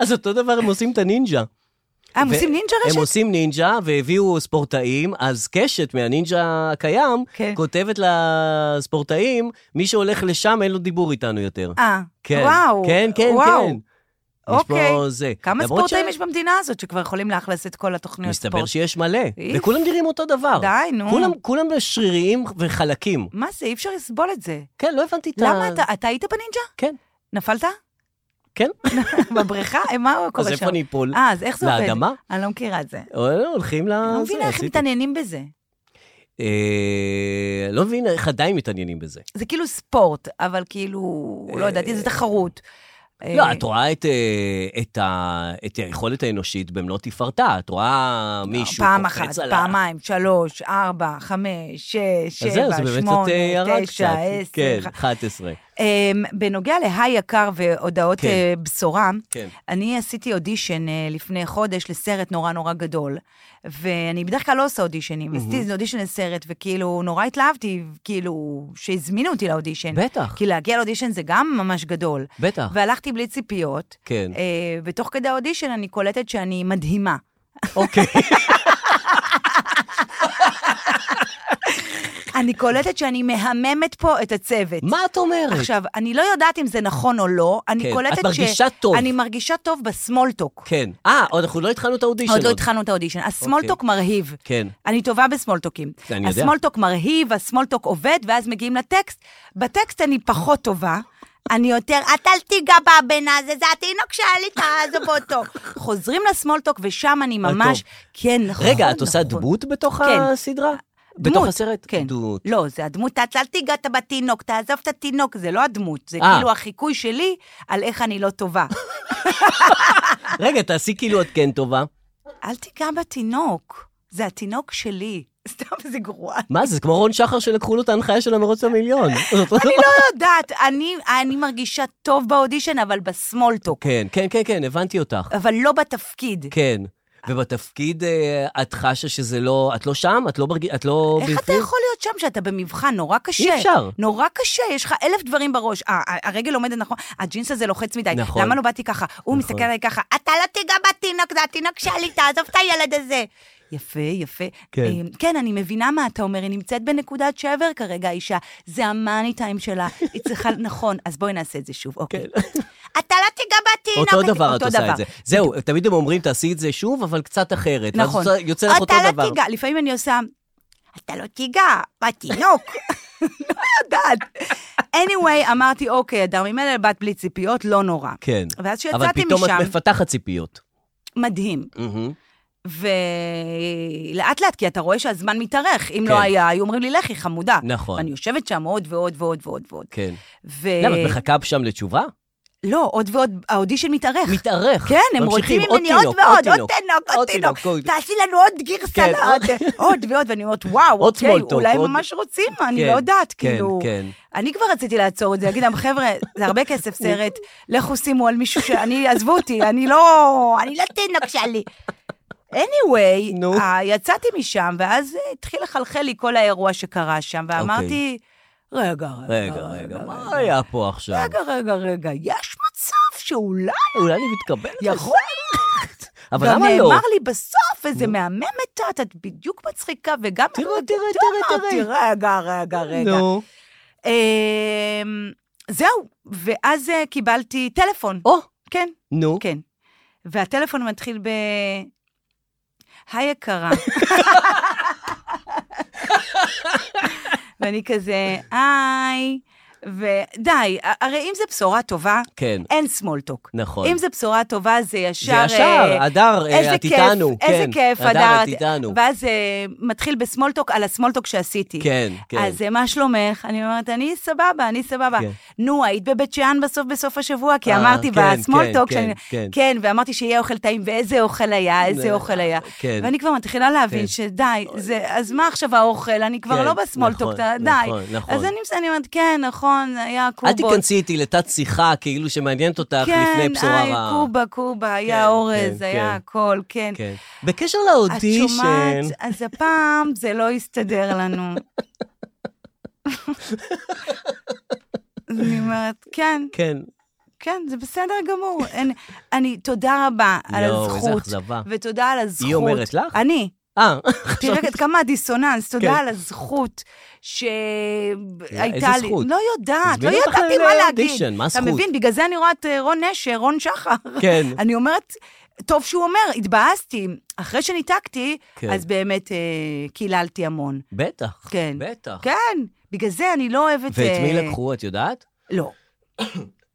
D: אז אותו דבר הם עושים את הנינג'ה.
E: אה, הם
D: ו-
E: עושים נינג'ה
D: הם
E: רשת?
D: עושים נינג'ה והביאו ספורטאים, אז קשת מהנינג'ה הקיים,
E: כן.
D: כותבת לספורטאים, מי שהולך לשם אין לו דיבור איתנו יותר.
E: אה,
D: כן.
E: וואו.
D: כן, כן,
E: וואו.
D: כן. יש פה
E: אוקיי.
D: זה.
E: כמה
D: למרות
E: ספורטאים
D: ש-
E: יש במדינה הזאת שכבר יכולים לאכלס את כל התוכניות ספורט?
D: מסתבר שיש מלא,
E: איף.
D: וכולם נראים אותו דבר.
E: די, נו.
D: כולם, כולם שריריים וחלקים.
E: מה זה, אי אפשר לסבול את זה.
D: כן, לא הבנתי את ה...
E: למה אתה, אתה היית בנינג'ה?
D: כן.
E: נפלת?
D: כן.
E: בבריכה? אה, מה קורה שם?
D: אז איפה אני אפול?
E: אה, אז איך זה עובד?
D: לאדמה?
E: אני לא מכירה את זה.
D: אה, הולכים ל...
E: אני לא מבינה
D: זה,
E: איך
D: עשיתי.
E: מתעניינים בזה.
D: אה, לא מבין איך עדיין מתעניינים בזה.
E: זה כאילו ספורט, אבל כאילו, לא
D: אה,
E: יודעת, איזה תחרות.
D: לא,
E: אה,
D: את רואה את, אה, את, ה, את היכולת האנושית במלוא תפארתה. את רואה מישהו
E: לא, פעם
D: קופץ
E: אחת,
D: על ה-
E: פעמיים, שלוש, ארבע, חמש, שש,
D: אז זהו,
E: שבע,
D: זה באמת
E: שמונה,
D: קצת אה, הרג
E: תשע,
D: קצת.
E: עשר.
D: כן,
E: אחד-
D: 11.
E: אמ, בנוגע להי יקר והודעות
D: כן.
E: אה, בשורה,
D: כן.
E: אני עשיתי אודישן אה, לפני חודש לסרט נורא נורא גדול, ואני בדרך כלל לא עושה אודישנים, עשיתי איזה אודישן לסרט, וכאילו נורא התלהבתי, כאילו, שהזמינו אותי לאודישן.
D: בטח.
E: כן. כי להגיע לאודישן זה גם ממש גדול.
D: בטח.
E: והלכתי בלי ציפיות,
D: כן.
E: אה, ותוך כדי האודישן אני קולטת שאני מדהימה.
D: אוקיי.
E: אני קולטת שאני מהממת פה את הצוות.
D: מה את אומרת?
E: עכשיו, אני לא יודעת אם זה נכון או לא, אני
D: כן,
E: קולטת
D: את מרגישה טוב.
E: אני מרגישה טוב בסמולטוק.
D: כן. אוקיי. אה, עוד אנחנו לא התחלנו את האודישן.
E: עוד לא התחלנו את האודישן. הסמולטוק מרהיב.
D: כן.
E: אני טובה בסמולטוקים.
D: אני יודע.
E: הסמולטוק מרהיב, הסמולטוק עובד, ואז מגיעים לטקסט. בטקסט אני פחות טובה. אני יותר, את אל תיגע בבן הזה, זה התינוק שלי, תעזוב אותו. חוזרים לסמולטוק, ושם אני ממש...
D: אה, טוב.
E: כן, נכון,
D: רגע, את עושה
E: נכון.
D: דמות בתוך
E: כן.
D: הסדרה?
E: דמות,
D: בתוך הסרט?
E: כן.
D: דמות.
E: לא, זה הדמות, "את אל תיגע בתינוק, תעזוב את התינוק, זה לא הדמות, זה
D: אה.
E: כאילו החיקוי שלי על איך אני לא טובה.
D: רגע, תעשי כאילו את כן טובה.
E: אל תיגע בתינוק, זה התינוק שלי. סתם, זה גרוע.
D: מה זה, זה כמו רון שחר שלקחו לו את ההנחיה של המרוץ למיליון.
E: אני לא יודעת, אני, אני מרגישה טוב באודישן, אבל בסמולטוק.
D: כן, כן, כן, כן, הבנתי אותך.
E: אבל לא בתפקיד.
D: כן. ובתפקיד אה, את חשה שזה לא, את לא שם? את לא מרגיש, את לא...
E: איך אתה
D: בפנים?
E: יכול להיות שם שאתה במבחן? נורא קשה.
D: אי אפשר.
E: נורא קשה, יש לך אלף דברים בראש. אה, ה- הרגל עומדת נכון, הג'ינס הזה לוחץ מדי.
D: נכון.
E: למה לא באתי ככה? הוא מסתכל עליי ככה, אתה לא תיגע בתינוק, זה התינוק שלי, תעזוב את הילד הזה. יפה, יפה.
D: כן.
E: אה, כן, אני מבינה מה אתה אומר, היא נמצאת בנקודת שבר כרגע, האישה. זה המאני טיים שלה, היא צריכה, נכון, אז בואי נעשה את זה שוב, אוקיי. אתה לא תיגע בתינוק.
D: כן. אותו דבר את
E: אותו
D: עושה
E: דבר.
D: את זה. זהו, תמיד הם אומרים, תעשי את זה שוב, אבל קצת אחרת. ואז
E: נכון.
D: יוצא- יוצא לך אותו
E: אתה
D: דבר.
E: לא תיגע, לפעמים אני עושה, אתה לא תיגע, בתינוק. לא יודעת. anyway, אמרתי, אוקיי, אדם, אם אלה באת בלי ציפיות, לא נורא.
D: כן.
E: ואז כשיצאתי
D: אבל פתאום
E: משם,
D: את מפתחת ציפיות.
E: מדהים.
D: מהמם.
E: אה, ולאט לאט, כי אתה רואה שהזמן מתארך. אם
D: כן.
E: לא היה, היו אומרים לי, לכי, חמודה.
D: נכון.
E: אני אה, יושבת שם עוד ועוד ועוד ועוד ועוד.
D: כן.
E: ו...
D: למה, את מחכה שם לתשובה?
E: לא, עוד ועוד, האודישן מתארך.
D: מתארך.
E: כן, הם רוצים
D: ממשיכים,
E: ממני עוד
D: תינוק,
E: ועוד, עוד
D: תינוק.
E: תינוק, עוד
D: אוקיי,
E: תינוק.
D: עוד-
E: תעשי לנו עוד גרסה,
D: כן,
E: לעוד- עוד ועוד, ואני אומרת, וואו,
D: עוד
E: אוקיי,
D: small talk,
E: אולי
D: עוד-
E: ממש רוצים, אני
D: כן,
E: לא יודעת,
D: כן,
E: כאילו...
D: כן.
E: אני כבר רציתי לעצור את זה, להגיד להם, חבר'ה, זה הרבה כסף סרט, לכו שימו על מישהו ש... אני, עזבו אותי, אני לא... אני לא תינוק שלי. anyway,
D: נו.
E: אה, יצאתי משם, ואז אה, התחיל לחלחל לי כל האירוע שקרה שם, ואמרתי, רגע,
D: אוקיי. רגע, רגע, מה היה פה עכשיו?
E: אה, לא, רגע, רגע, רגע, יש מצב שאולי
D: אולי אני מתקבלת?
E: יכול להיות.
D: אבל למה
E: גם
D: לא?
E: נאמר לי בסוף, איזה מהממת את, את בדיוק מצחיקה, וגם...
D: תראה,
E: אמרתי,
D: תראה,
E: "טוב,
D: תראה,
E: אמרתי, רגע, רגע, רגע.
D: נו.
E: אמ, זהו, ואז אה, קיבלתי טלפון.
D: או,
E: כן,
D: נו.
E: כן. והטלפון מתחיל ב... היי יקרה. ואני כזה, היי, ודי, הרי אם זה בשורה טובה,
D: כן.
E: אין סמולטוק.
D: נכון.
E: אם זו בשורה טובה, זה
D: זה
E: ישר...
D: ישר,
E: אה,
D: הדר, אה,
E: איזה
D: את
E: כיף,
D: איתנו.
E: איזה
D: כן,
E: כיף,
D: הדר,
E: הדר.
D: את איתנו.
E: ואז אה, מתחיל בסמולטוק, על הסמולטוק שעשיתי.
D: כן, כן.
E: אז אה, מה שלומך? אני אומרת, אני סבבה, אני סבבה.
D: כן.
E: נו, היית בבית שאן בסוף בסוף השבוע? כי
D: אה,
E: אמרתי
D: כן,
E: בסמולטוק,
D: כן,
E: שאני-
D: כן,
E: כן, ואמרתי שיהיה אוכל טעים, ואיזה אוכל היה, איזה
D: אה,
E: אוכל היה.
D: כן.
E: ואני כבר מתחילה
D: כן.
E: להבין שדי, זה- אז מה עכשיו האוכל? אני
D: כן,
E: כבר לא
D: נכון,
E: בסמולטוק, די.
D: נכון, נכון.
E: אז אני מסיימת, כן, נכון, נכון, היה
D: אל
E: קובות.
D: תיכנסי איתי לתת שיחה כאילו שמעניינת אותך לפני בשורה
E: כן,
D: רעה.
E: היי, קובה, קובה,
D: כן,
E: היה אורז,
D: כן,
E: היה
D: כן.
E: הכל, כן.
D: כן. בקשר
E: את
D: לאודישן,
E: שומעת? אז הפעם זה לא יסתדר לנו. אני אומרת, כן,
D: כן.
E: כן, זה בסדר גמור. אין- אני, תודה רבה על
D: יואו, איזה
E: הזכות.
D: אכזבה.
E: ותודה על הזכות.
D: היא אומרת לך?
E: אני.
D: אה,
E: תראה עד כמה הדיסוננס,
D: כן.
E: תודה על הזכות שהייתה
D: איזה
E: לי.
D: זכות?
E: לא יודעת, לא
D: הזמינו אותך
E: ידעתי
D: ל-
E: מה
D: לאודישן,
E: להגיד.
D: מה
E: אתה
D: הזכות?
E: מבין, בגלל זה אני רואה את אה, רון נשר, רון שחר.
D: כן.
E: אני אומרת, טוב שהוא אומר, התבאסתי. אחרי שניתקתי,
D: כן.
E: אז באמת אה, קיללתי המון.
D: בטח,
E: כן.
D: בטח.
E: כן, בגלל זה אני לא אוהבת...
D: ואת מי
E: אה,
D: לקחו, את יודעת?
E: לא,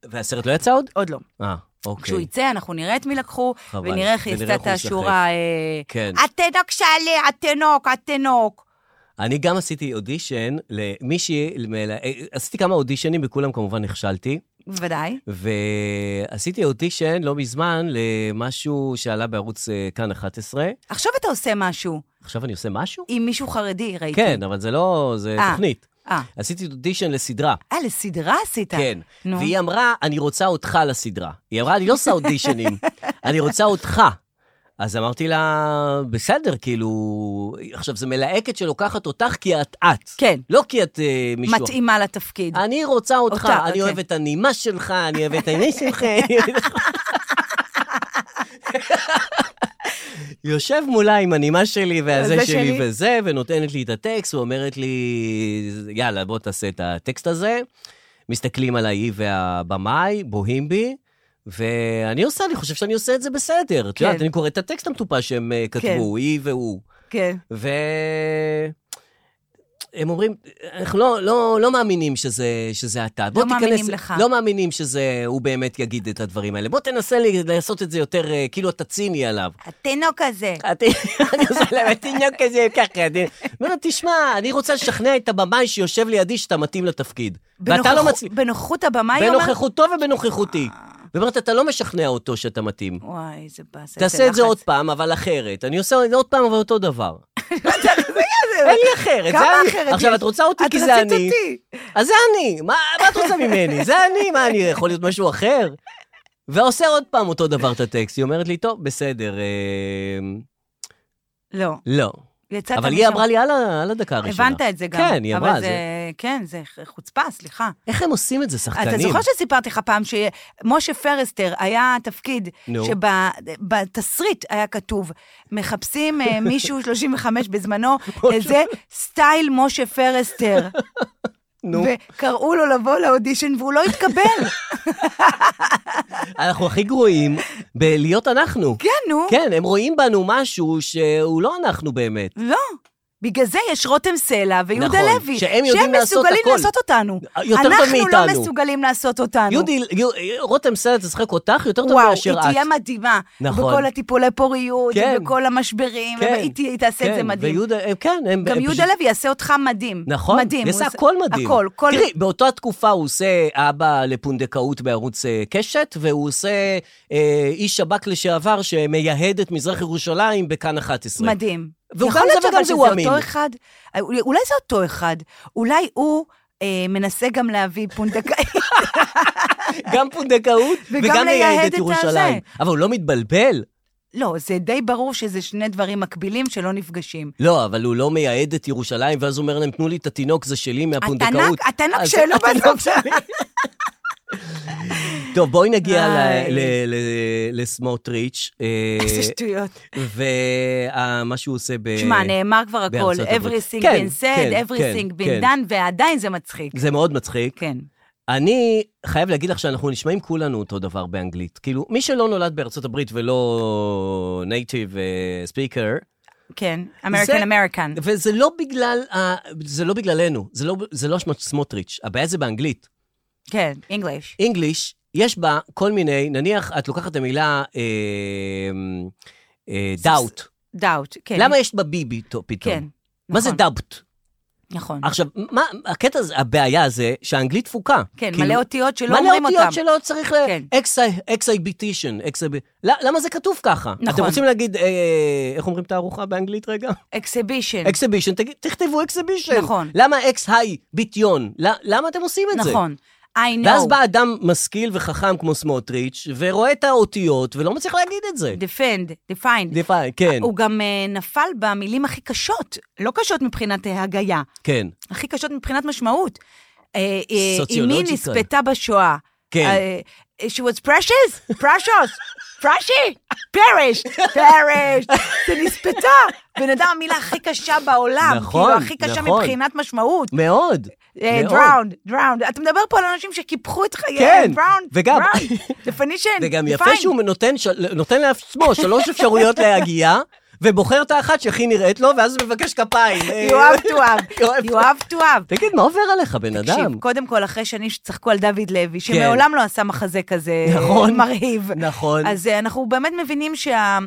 D: והסרט לא יצא עוד?
E: עוד לא.
D: אה, אוקיי.
E: כשהוא יצא, אנחנו נראה את מי לקחו,
D: חבל.
E: ונראה איך היא עשתה
D: ונראה איך
E: את
D: הוא ישחק.
E: השורה... אה,
D: כן.
E: התינוק שלי, התינוק, התינוק.
D: אני גם עשיתי אודישן למישהי, למ- עשיתי כמה אודישנים, בכולם כמובן נכשלתי,
E: בוודאי.
D: ועשיתי אודישן לא מזמן למשהו שעלה בערוץ אה, כאן 11.
E: עכשיו אתה עושה משהו
D: עכשיו אני עושה משהו?
E: עם מישהו חרדי, ראיתי.
D: כן, אבל זה לא, זה
E: אה.
D: תוכנית.
E: אה,
D: עשיתי אודישן לסדרה.
E: אה, לסדרה עשית?
D: כן.
E: נו.
D: והיא אמרה, אני רוצה אותך לסדרה. היא אמרה, אני לא עושה אודישנים, אני רוצה אותך. אז אמרתי לה, בסדר, כאילו... עכשיו, זו מלהקת שלוקחת אותך כי את את.
E: כן.
D: לא כי את אה, מישהו. אחר.
E: מתאימה לתפקיד.
D: אני רוצה אותך,
E: אותה,
D: אני
E: אוקיי.
D: אוהב את הנימה שלך, אני אוהב את העניין שלך. אני אוהב- יושב מולה עם הנימה שלי והזה
E: זה
D: שלי
E: שלי.
D: וזה, ונותנת לי את הטקסט, ואומרת לי, יאללה, בוא תעשה את הטקסט הזה. מסתכלים עליי היא והבמאי, בוהים בי, ואני עושה, אני חושב שאני עושה את זה בסדר. את
E: כן.
D: יודעת, אני קורא את הטקסט המטופש שהם אה, כתבו, היא והוא.
E: כן.
D: ו... הם אומרים, אנחנו לא, לא, לא מאמינים שזה, שזה אתה. בוא תיכנס,
E: מאמינים לך.
D: לא מאמינים שזה, הוא באמת יגיד את הדברים האלה. בוא תנסה לי לעשות את זה יותר, אה, כאילו אתה ציני עליו.
E: התינוק הזה.
D: את- אני עושה להם תינוק כזה, ככה. אני אומרת, תשמע, אני רוצה לשכנע את הבמאי שיושב לידי שאתה מתאים לתפקיד. ואתה לא
E: בנוכחו-
D: מצליח.
E: בנוכחות הבמה היא אומרת... אה.
D: בנוכחותו ובנוכחותי. ואומרת, אתה לא משכנע אותו שאתה מתאים.
E: וואי, איזה באסה.
D: תעשה
E: איזה
D: את זה
E: לחץ.
D: עוד פעם, אבל אחרת. אני עושה עוד פעם, אבל אותו דבר.
E: זה-
D: אין לי אחרת,
E: כמה
D: זה אני.
E: אחרת
D: עכשיו,
E: יש?
D: את רוצה אותי
E: את
D: כי זה
E: רצית
D: אני.
E: אותי.
D: אז זה אני, מה מה את רוצה ממני? זה אני, מה אני, יכול להיות משהו אחר? ועושה עוד פעם אותו דבר את הטקסט, היא אומרת לי, טוב, בסדר, אה,
E: לא,
D: לא.
E: יצאת
D: אבל היא
E: משם.
D: אמרה לי על ה- על הדקה הראשונה.
E: הבנת את זה גם.
D: כן, היא אמרה,
E: אבל
D: זה...
E: זה... כן, זה חוצפה, סליחה.
D: איך הם עושים את זה, שחקנים?
E: אתה זוכר שסיפרתי לך פעם שמשה פרסטר היה תפקיד,
D: נו.
E: שבתסריט היה כתוב, מחפשים אה, מישהו 35 בזמנו, איזה סטייל משה פרסטר.
D: נו.
E: וקראו לו לבוא לאודישן והוא לא התקבל.
D: אנחנו הכי גרועים בלהיות אנחנו.
E: כן, נו.
D: כן, הם רואים בנו משהו שהוא לא אנחנו באמת.
E: לא. בגלל זה יש רותם סלע ויהודה
D: נכון,
E: לוי,
D: שהם יודעים
E: שהם
D: לעשות
E: מסוגלים
D: הכל.
E: לעשות אותנו.
D: יותר טוב
E: אנחנו לא
D: מאיתנו.
E: מסוגלים לעשות אותנו.
D: יהודי, יו- רותם סלע תשחק אותך יותר טוב
E: וואו,
D: מאשר
E: היא
D: את.
E: תהיה מדהימה.
D: נכון.
E: בכל הטיפולי פוריות,
D: כן.
E: ובכל המשברים,
D: כן.
E: והיא תהיה- היא תעשה את זה
D: כן,
E: מדהים.
D: ויהודה, הם- כן, הם...
E: גם
D: הם
E: יהודה
D: פשוט-
E: לוי יעשה אותך מדהים.
D: נכון,
E: מדהים.
D: הוא
E: הוא
D: עשה הכל מדהים.
E: הכל, כל...
D: תראי, באותה תקופה הוא עושה אבא לפונדקאות בערוץ אה, קשת, והוא עושה אה, איש שב"כ לשעבר שמייהד את מזרח ירושלים בכאן 11.
E: מדהים.
D: והוא
E: יכול
D: גם
E: להיות
D: זה וגם
E: אבל
D: זה,
E: שזה
D: הוא אמין.
E: אותו אחד, אולי אולי זה אותו אחד, אולי הוא אה, מנסה גם להביא פונדקאי.
D: גם פונדקאות
E: וגם
D: וגם
E: לייהד
D: לייהד את
E: את
D: ירושלים. אבל הוא לא מתבלבל.
E: לא, זה די ברור שזה שני דברים מקבילים שלא נפגשים.
D: לא, אבל הוא לא מייהד את ירושלים, ואז הוא אומר להם, תנו לי את התינוק זה שלי מהפונדקאות.
E: התנ"ך- התנ"ך
D: אז-
E: שלו
D: התינוק
E: בסוף.
D: שלי. טוב, בואי נגיע ל-
E: איי.
D: ל- ל- לסמוטריץ'. אה,
E: איזה שטויות.
D: ומה שהוא עושה ב...
E: שמע, נאמר כבר הכל,
D: אה, בארצות הברית.
E: everything
D: כן,
E: been
D: כן,
E: said, everything
D: כן,
E: been done, ועדיין זה מצחיק.
D: זה מאוד מצחיק.
E: כן.
D: אני חייב להגיד לך שאנחנו נשמעים כולנו אותו דבר באנגלית. כאילו, מי שלא נולד בארצות הברית ולא נייטיב ספיקר,
E: כן,
D: זה-
E: American American.
D: וזה לא בגלל, ה- זה לא בגללנו, זה לא, זה לא אשמת סמוטריץ', הבעיה זה באנגלית.
E: כן, English.
D: English, יש בה כל מיני, נניח את לוקחת את המילה אה, אה, doubt,
E: Doubt, כן.
D: למה יש בה ביבי פתאום?
E: כן.
D: מה זה
E: נכון.
D: doubt?
E: נכון.
D: עכשיו, מה, הקטע הזה, הבעיה זה שהאנגלית תפוקה.
E: כן,
D: כאילו,
E: מלא אותיות שלא אומרים אותם.
D: מלא אותיות שלא צריך ל...
E: כן.
D: exhi- exhibition, exhibi- ל- למה זה כתוב ככה?
E: נכון.
D: אתם רוצים להגיד, אה, איך אומרים תערוכה באנגלית רגע?
E: אקסיבישן.
D: אקסיבישן, תכתבו אקסיבישן.
E: כן. נכון.
D: למה אקס היי ביטיון? ל- למה אתם עושים את זה?
E: נכון. I know.
D: ואז בא אדם משכיל וחכם כמו סמוטריץ', ורואה את האותיות, ולא מצליח להגיד את זה.
E: defend, define.
D: דיפיין, כן,
E: הוא גם אה, נפל במילים הכי קשות, לא קשות מבחינת אה, הגיה,
D: כן.
E: הכי קשות מבחינת משמעות. אה, אה, אמי
D: סוציולוגיקה.
E: נספתה בשואה.
D: כן.
E: אה, She was precious, precious, precious, perished, perished. זה נספתה. בן אדם, המילה הכי קשה בעולם.
D: נכון,
E: כאילו, הכי קשה
D: נכון.
E: מבחינת משמעות.
D: מאוד.
E: אה,
D: מאוד.
E: drowned, drowned. אתה מדבר פה על אנשים שקיפחו את חייהם.
D: כן,
E: drowned,
D: וגם-
E: drowned. definition,
D: זה גם יפה
E: defined.
D: שהוא נותן, של... נותן לעצמו שלוש אפשרויות להגיע, ובוחר את האחת שהכי נראית לו, ואז מבקש כפיים. אה,
E: You have to have,
D: You have to-
E: you have to have.
D: תגיד, מה עובר עליך, בן אדם?
E: תקשיב, קודם כל, אחרי שנים שצחקו על דוד לוי, שמעולם לא עשה מחזה כזה
D: כן. נכון.
E: מרהיב.
D: נכון.
E: אז אה, אנחנו באמת מבינים שה...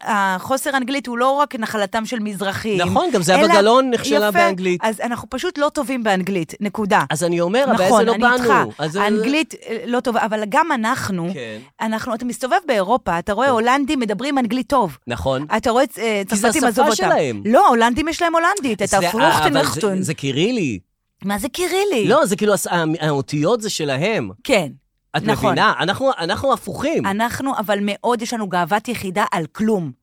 E: החוסר אנגלית הוא לא רק נחלתם של מזרחים.
D: נכון, גם זהבה
E: אלא-
D: גלאון נכשלה
E: יפה,
D: באנגלית.
E: אז אנחנו פשוט לא טובים באנגלית, נקודה.
D: אז אני אומר, הבעיה
E: נכון,
D: זה לא
E: אני
D: בנו. אז
E: איתך.
D: זה-
E: האנגלית אה, לא טובה, אבל גם אנחנו,
D: כן.
E: אנחנו, אתה מסתובב באירופה, אתה רואה הולנדים מדברים אנגלית טוב.
D: נכון.
E: אתה רואה אה,
D: כי זה
E: צרפתים
D: השפה
E: עזוב אותם.
D: שלהם.
E: לא, הולנדים יש להם הולנדית, את
D: זה- אה, אבל זה-
E: הפרוכטנכטון.
D: זה קירילי.
E: מה זה קירילי?
D: לא, זה כאילו, הס- האותיות זה שלהם.
E: כן.
D: את
E: נכון.
D: מבינה? אנחנו- אנחנו הפוכים.
E: אנחנו, אבל מאוד, יש לנו גאוות יחידה על כלום.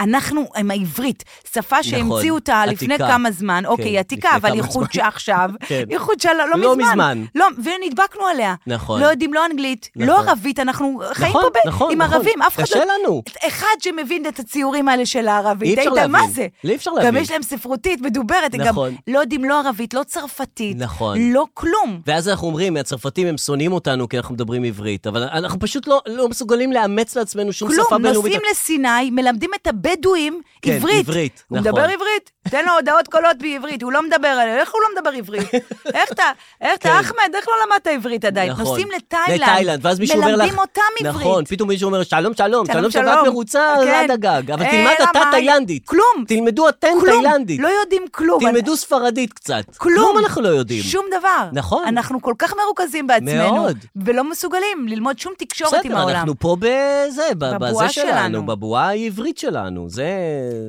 E: אנחנו עם העברית, שפה שהמציאו אותה לפני
D: נכון. עתיקה. כן,
E: כמה זמן, אוקיי, היא
D: לפני
E: עתיקה, אבל
D: כמה
E: היא חודשה
D: זמן.
E: עכשיו,
D: כן.
E: היא חודשה לא, לא
D: לא
E: מזמן.
D: מזמן.
E: לא, ונדבקנו עליה.
D: נכון.
E: לא יודעים לא אנגלית, לא
D: נכון.
E: ערבית, אנחנו חיים
D: נכון,
E: פה ב-
D: נכון,
E: עם
D: נכון.
E: ערבים, אף אחד לא-
D: קשה לנו.
E: אחד שמבין את הציורים האלה של הערבית,
D: אי אפשר
E: איתן, מה
D: להבין.
E: זה?
D: לא, אי אפשר
E: גם
D: להבין.
E: יש להם ספרותית מדוברת, גם
D: נכון.
E: לא יודעים לא ערבית, לא צרפתית,
D: נכון.
E: לא כלום.
D: ואז אנחנו אומרים, הצרפתים הם שונאים אותנו כי אנחנו מדברים עברית, אבל אנחנו פשוט לא, לא מסוגלים לאמץ לעצמנו שום שפה
E: כלום,
D: בינלאומית.
E: נוסעים לסיני, מלמדים את הבדואים
D: כן,
E: עברית.
D: עברית,
E: הוא
D: נכון.
E: מדבר עברית, תן לו הודעות קולות בעברית, הוא לא מדבר עליה, איך הוא לא מדבר עברית? איך אתה, איך
D: כן.
E: אתה, אחמד, איך לא למדת עברית עדיין?
D: נכון.
E: נוסעים לתאילנד,
D: לתאילנד, ואז מישהו אומר לך...
E: מלמדים אותם עברית.
D: נכון, פתאום מישהו אומר, שלום, שלום, שלום, שבת מרוצה
E: כן.
D: עד הגג, אבל
E: אה,
D: תלמד אתה
E: רמאי.
D: תאילנדית.
E: כלום,
D: תלמדו אתם
E: כלום,
D: תאילנדית.
E: לא יודעים כלום.
D: תלמדו ספרדית קצת.
E: כלום.
D: כלום אנחנו לא יודעים.
E: שום דבר.
D: נכון.
E: אנחנו כל כך מרוכזים בעצמנו.
D: מאוד.
E: ולא מסוגלים ללמוד שום תקשורת עם
D: בסדר,
E: העולם.
D: אנחנו פה בזה, ב-
E: בבועה
D: בזה שלנו,
E: שלנו.
D: בבועה העברית שלנו, זה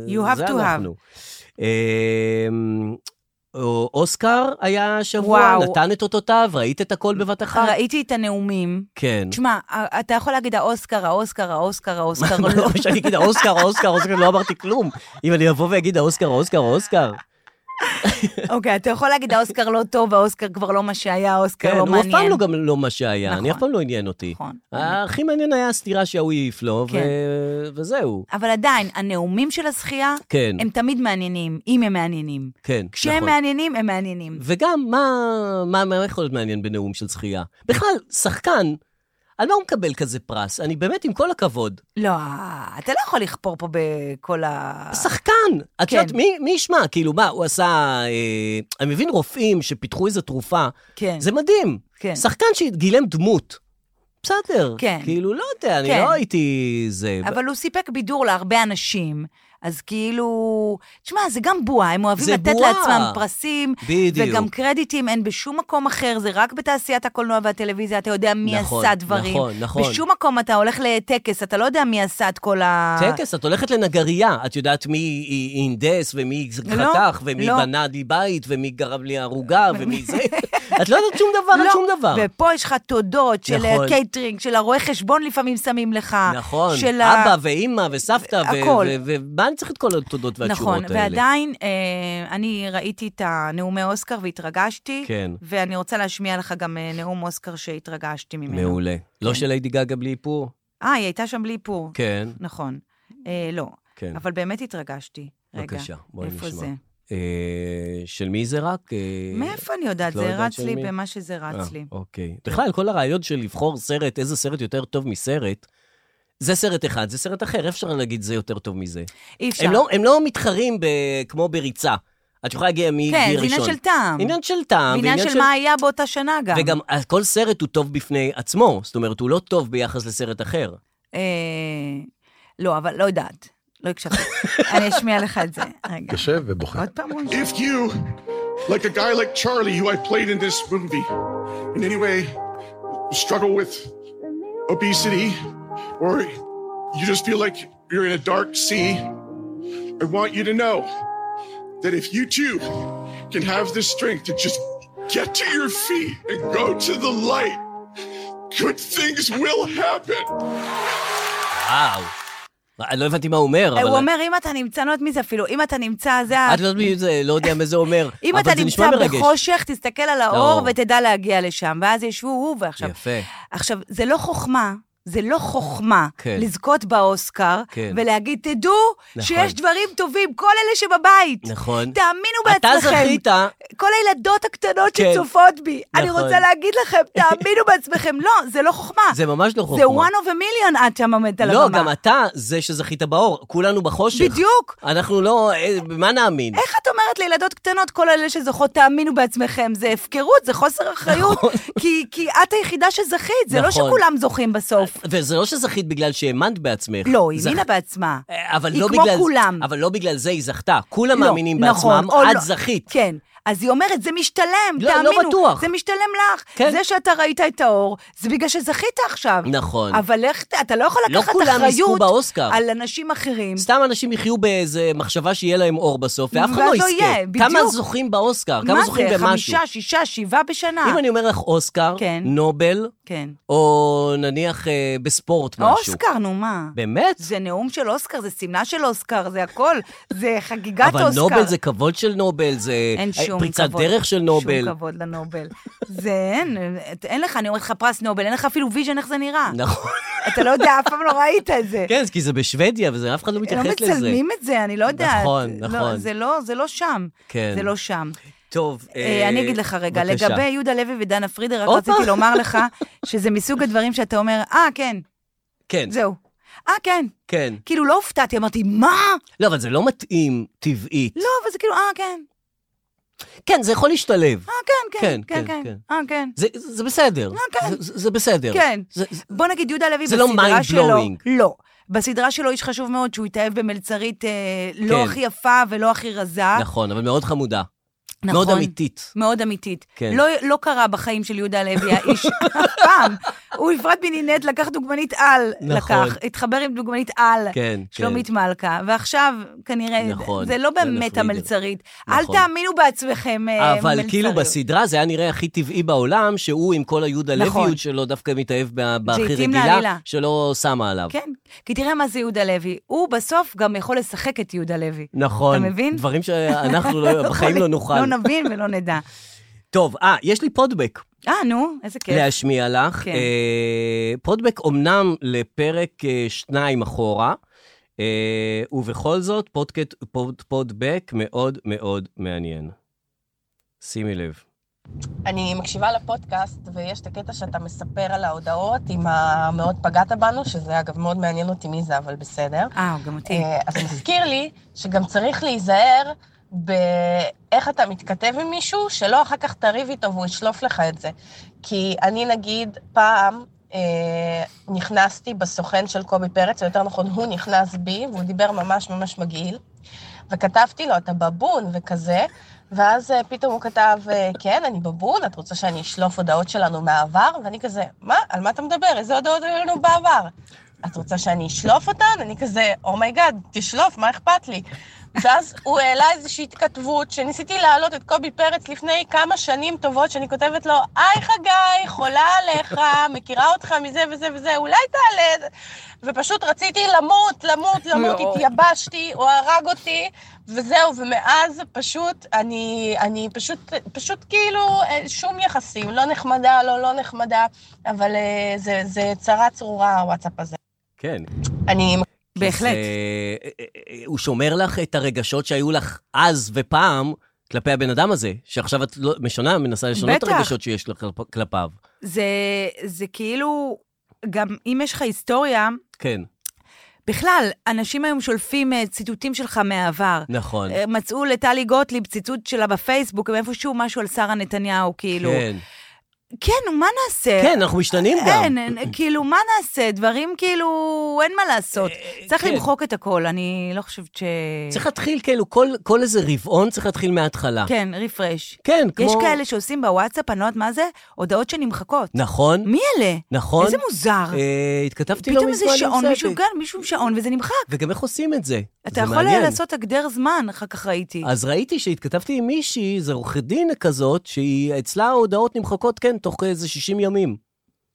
E: You have
D: זה
E: to have.
D: אנחנו. אמ, א- אוסקר היה השבוע,
E: וואו.
D: נתן את אותותיו, ראית את הכל בבת אחת?
E: ראיתי את הנאומים.
D: כן.
E: תשמע, ה- אתה יכול להגיד האוסקר, האוסקר, האוסקר, האוסקר,
D: מה,
E: לא.
D: למה שאני אגיד האוסקר, האוסקר, האוסקר, לא אמרתי כלום. אם אני אבוא ואגיד האוסקר, האוסקר, האוסקר.
E: אוקיי, אתה יכול להגיד האוסקר לא טוב, האוסקר כבר לא מה שהיה, האוסקר
D: כן,
E: לא
D: הוא אף פעם
E: מעניין.
D: לא אה. גם לא מה שהיה, אני
E: נכון.
D: אף פעם לא עניין אותי.
E: נכון.
D: הכי מעניין היה הסטירה שההוא העיף לו, ו-
E: כן.
D: וזהו.
E: אבל עדיין, הנאומים של הזכייה,
D: כן,
E: הם תמיד מעניינים, אם הם מעניינים.
D: כן,
E: כשהם
D: נכון.
E: מעניינים, הם מעניינים.
D: וגם, מה, מה, מה יכול להיות מעניין בנאום של זכייה? בכלל, שחקן, על מה הוא מקבל כזה פרס? אני באמת, עם כל הכבוד,
E: לא, אתה לא יכול לכפור פה בכל ה...
D: שחקן! את
E: אה. כן.
D: יודעת, מי, מי ישמע? כאילו, מה, הוא עשה... אה, אני מבין רופאים שפיתחו איזו תרופה,
E: כן.
D: זה מדהים.
E: כן.
D: שחקן שגילם דמות, בסדר.
E: כן.
D: כאילו, לא יודע, אני
E: כן.
D: לא הייתי זה.
E: אבל הוא סיפק בידור להרבה אנשים, אז כאילו... תשמע, זה גם בועה, הם אוהבים
D: זה
E: לתת
D: בועה.
E: לעצמם פרסים.
D: בדיוק.
E: וגם קרדיטים אין בשום מקום אחר, זה רק בתעשיית הקולנוע והטלוויזיה, אתה יודע מי
D: נכון,
E: עשה דברים.
D: נכון, נכון.
E: בשום מקום אתה הולך לטקס, אתה לא יודע מי עשה את כל ה...
D: טקס, את הולכת לנגרייה, את יודעת מי הנדס ומי
E: לא,
D: חתך ומי
E: לא.
D: בנה לי בית ומי גרם לי ערוגה ומי זה. את לא יודעת שום דבר על
E: לא,
D: שום דבר.
E: ופה יש לך תודות של
D: נכון.
E: הקייטרינג, של הרואה חשבון לפעמים שמים לך.
D: נכון,
E: אה, של ה-
D: אבא ואימא וסבתא, ו-
E: הכל.
D: ו- ו- ומה אני צריך את כל התודות והתשובות
E: נכון,
D: האלה?
E: ועדיין, אה, אני ראיתי את הנאומי אוסקר והתרגשתי,
D: כן.
E: ואני רוצה להשמיע לך גם אה, נאום אוסקר שהתרגשתי ממנו.
D: מעולה. לא
E: כן.
D: של ליידי גגה בלי איפור?
E: אה, היא הייתה שם בלי איפור.
D: כן,
E: נכון. אה, לא,
D: כן.
E: אבל באמת התרגשתי. רגע,
D: בבקשה, בואי
E: איפה
D: נשמע.
E: זה?
D: אה, של מי זה רק? אה,
E: מאיפה אני
D: את
E: יודעת?
D: לא
E: זה
D: יודעת
E: רץ
D: של
E: לי
D: מי?
E: במה שזה
D: אה,
E: רץ לי.
D: אוקיי. בכלל, כל הרעיון של לבחור סרט, איזה סרט יותר טוב מסרט, זה סרט אחד, זה סרט אחר, אי אפשר להגיד זה יותר טוב מזה.
E: אי אפשר.
D: הם לא, הם לא מתחרים ב, כמו בריצה. את יכולה להגיע מגיל
E: כן,
D: ראשון.
E: זה עניין של טעם.
D: עניין של טעם.
E: עניין של מה היה באותה שנה גם.
D: וגם אה, כל סרט הוא טוב בפני עצמו, זאת אומרת, הוא לא טוב ביחס לסרט אחר.
E: אה, לא, אבל לא יודעת. לא הקשבתי. אני אשמיע לך את זה. רגע.
F: יושב ובוכה.
E: עוד פעם הוא...
I: If you like a guy like Charlie, who I played in this movie. In any way, struggle with obesity, or you just feel like you're in a dark sea, I want you to know that if you too can have the strength to just get to your feet and go to the light, good things will happen.
D: וואו. אני לא הבנתי מה הוא אומר, אבל...
E: הוא אומר, אם אתה נמצא, אני לא יודעת מי זה אפילו, אם אתה נמצא, זה ה...
D: את לא יודעת מי זה, לא יודע מה זה אומר.
E: אם
D: אבל
E: אתה
D: זה נשמע
E: נמצא
D: מרגש.
E: בחושך, תסתכל על האור
D: האור.
E: ותדע להגיע לשם. ואז ישבו הוא, ועכשיו...
D: יפה.
E: עכשיו, זה לא חוכמה. זה לא חוכמה
D: כן.
E: לזכות באוסקר
D: כן.
E: ולהגיד, תדעו
D: נכון.
E: שיש דברים טובים, כל אלה שבבית.
D: נכון.
E: תאמינו
D: אתה
E: בעצמכם.
D: זכית.
E: כל הילדות הקטנות
D: כן.
E: שצופות בי. אני
D: נכון.
E: רוצה להגיד לכם, תאמינו בעצמכם. לא, זה לא חוכמה.
D: זה ממש לא חוכמה.
E: זה one of a million עד שם עומדת על
D: לא,
E: הבמה.
D: גם אתה זה שזכית באור, כולנו בחושך.
E: בדיוק.
D: אנחנו לא, אה, במה נאמין?
E: איך את אומרת לילדות קטנות, כל אלה שזוכות, תאמינו בעצמכם? זה הפקרות, זה חוסר אחריות, כי, כי את היחידה שזכית, זה לא
D: נכון.
E: שכולם זוכים בסוף.
D: וזה לא שזכית בגלל שהאמנת בעצמך.
E: לא, היא
D: אה, זכ-
E: האמינה בעצמה.
D: אה, אבל
E: היא
D: לא
E: כמו
D: בגלל,
E: כולם.
D: אבל לא בגלל זה היא זכתה. כולם
E: לא,
D: מאמינים
E: נכון,
D: בעצמם,
E: או
D: את
E: לא.
D: זכית.
E: כן. אז היא אומרת, זה משתלם,
D: לא, לא
E: תאמינו.
D: בטוח.
E: זה משתלם לך.
D: כן.
E: זה שאתה ראית את האור, זה בגלל שזכית עכשיו.
D: נכון.
E: אבל איך, אתה לא יכול
D: לא
E: לקחת
D: כולם יזכו
E: אחריות
D: באוסקר.
E: על אנשים אחרים.
D: סתם אנשים יחיו באיזה מחשבה שיהיה להם אור בסוף, ואף אחד
E: ואז
D: לא
E: לא
D: יזכה.
E: יהיה, בדיוק.
D: כמה זוכים באוסקר? כמה
E: מה
D: זוכים
E: זה,
D: במשהו?
E: חמישה, שישה, שבעה בשנה.
D: אם אני אומר לך אוסקר,
E: כן.
D: נובל,
E: כן.
D: או נניח אה, בספורט משהו.
E: אוסקר, נו מה.
D: באמת?
E: זה נאום של אוסקר, זה שמלה של אוסקר, זה הכל. זה חגיגת אוסקר.
D: אבל נובל זה כבוד של נובל, זה אה,
E: אין שום כבוד.
D: פריצת דרך של נובל.
E: שום כבוד לנובל. זה אין, אין לך, אני אומרת לך פרס נובל, אין לך אפילו ויז'ן איך זה נראה.
D: נכון.
E: אתה לא יודע, אף פעם לא ראית את זה.
D: כן, כי זה בשוודיה, וזה אף אחד לא
E: לא
D: מתייחס לזה.
E: מצלמים את זה, אני לא יודעת.
D: נכון,
E: לא,
D: נכון.
E: זה לא- זה לא שם.
D: כן.
E: זה לא שם.
D: טוב,
E: אה, אני אגיד לך רגע,
D: בבקשה.
E: לגבי יהודה לוי ודנה פרידר, רק
D: הופה.
E: רציתי לומר לך שזה מסוג הדברים שאתה אומר, אה, כן,
D: כן,
E: זהו. אה, כן.
D: כן.
E: כאילו, לא הופתעתי, אמרתי, מה?
D: לא, אבל זה לא מתאים טבעית.
E: לא, אבל זה כאילו, אה, כן.
D: כן, זה יכול להשתלב.
E: אה, כן, כן,
D: כן,
E: כן,
D: כן,
E: כן,
D: כן.
E: אה, כן.
D: זה, זה בסדר.
E: כן.
D: זה, זה בסדר.
E: כן.
D: זה, זה,
E: בוא נגיד, יהודה לוי
D: זה לא
E: בסדרה
D: mind
E: שלו...
D: blowing.
E: לא. בסדרה שלו איש חשוב מאוד שהוא התאהב במלצרית אה, לא
D: כן.
E: הכי יפה ולא הכי רזה.
D: נכון, אבל מאוד חמודה.
E: אה? נכון.
D: מאוד אמיתית.
E: מאוד אמיתית.
D: כן.
E: לא, לא קרה בחיים של יהודה לוי האיש אף פעם. הוא הפרד מנינט, לקח דוגמנית על,
D: נכון.
E: לקח, התחבר עם דוגמנית על,
D: כן,
E: שלומית מלכה, ועכשיו כנראה,
D: נכון,
E: זה לא
D: דנה
E: באמת
D: פרידר.
E: המלצרית. אל
D: נכון.
E: תאמינו בעצמכם אה,
D: אבל כאילו
E: מלצריות.
D: בסדרה זה היה נראה הכי טבעי בעולם, שהוא עם כל היהודה
E: נכון.
D: לויות שלו דווקא מתאהב ב- בהכי
E: התאים
D: רגילה,
E: לעלילה.
D: שלא שמה עליו.
E: כן, כי תראה מה זה יהודה לוי. הוא בסוף גם יכול לשחק את יהודה לוי.
D: נכון.
E: אתה מבין?
D: דברים שאנחנו לא- בחיים לא נוכל.
E: לא נבין ולא נדע.
D: טוב, אה, יש לי פודבק.
E: אה, נו, איזה כיף.
D: להשמיע לך.
E: כן.
D: אה, פודבק אומנם לפרק אה, שניים אחורה, אה, ובכל זאת פודקט, פוד, פודבק מאוד מאוד מעניין. שימי לב.
J: אני מקשיבה לפודקאסט, ויש את הקטע שאתה מספר על ההודעות עם המאוד פגעת בנו, שזה אגב מאוד מעניין אותי מי זה, אבל בסדר.
E: אה, גם אותי.
J: אה, אז מזכיר לי שגם צריך להיזהר באיך אתה מתכתב עם מישהו, שלא אחר כך תריב איתו והוא ישלוף לך את זה. כי אני, נגיד, פעם אה, נכנסתי בסוכן של קובי פרץ, או יותר נכון, הוא נכנס בי, והוא דיבר ממש ממש מגעיל, וכתבתי לו, אתה בבון וכזה, ואז אה, פתאום הוא כתב, אה, כן, אני בבון, את רוצה שאני אשלוף הודעות שלנו מהעבר? ואני כזה, מה? על מה אתה מדבר? איזה הודעות היו לנו בעבר? את רוצה שאני אשלוף אותן? אני כזה, אומייגאד, תשלוף, מה אכפת לי? ואז הוא העלה איזושהי התכתבות שניסיתי להעלות את קובי פרץ לפני כמה שנים טובות, שאני כותבת לו, היי חגי, חולה עליך, מכירה אותך מזה וזה וזה, אולי תעלה... ופשוט רציתי למות, למות, למות, התייבשתי, הוא הרג אותי, וזהו, ומאז פשוט, אני, אני פשוט, פשוט כאילו, אה, שום יחסים, לא נחמדה, לא לא נחמדה, אבל אה, זה, זה צרה צרורה, הוואטסאפ הזה.
D: כן.
J: אני
E: בהחלט.
D: אז, אה, אה, אה, הוא שומר לך את הרגשות שהיו לך אז ופעם כלפי הבן אדם הזה, שעכשיו את לא, משנה, מנסה לשנות את
E: בטח.
D: הרגשות שיש לך כלפ- כלפיו.
E: זה, זה כאילו, גם אם יש לך היסטוריה,
D: כן,
E: בכלל, אנשים היום שולפים אה, ציטוטים שלך מהעבר.
D: נכון.
E: אה, מצאו לטלי גוטליב ציטוט שלה בפייסבוק, מאיפשהו משהו על שרה נתניהו, כאילו.
D: כן,
E: כן, נו, מה נעשה?
D: כן, אנחנו משתנים גם.
E: אין, אין, כאילו, מה נעשה? דברים כאילו, אין מה לעשות. צריך
D: כן.
E: למחוק את הכל, אני לא חושבת ש...
D: צריך להתחיל כאילו, כל, כל איזה רבעון צריך להתחיל מההתחלה.
E: כן, רפרש.
D: כן, כמו...
E: יש כאלה שעושים בוואטסאפ, אני לא יודעת מה זה, הודעות שנמחקות.
D: נכון,
E: מי אלה?
D: נכון.
E: איזה מוזר.
D: אה, התכתבתי לא
E: פתאום איזה
D: מזמן עם
E: שעון,
D: זאביק.
E: מישהו גן, מישהו שעון, וזה נמחק.
D: וגם איך עושים את זה?
E: אתה
D: זה
E: יכול היה
D: מעניין.
E: לעשות הגדר זמן, אחר כך ראיתי.
D: אז ראיתי שהתכתבתי עם מישהי, זו עורכת דין כזאת, שהיא, אצלה ההודעות נמחקות, כן, תוך איזה 60 ימים.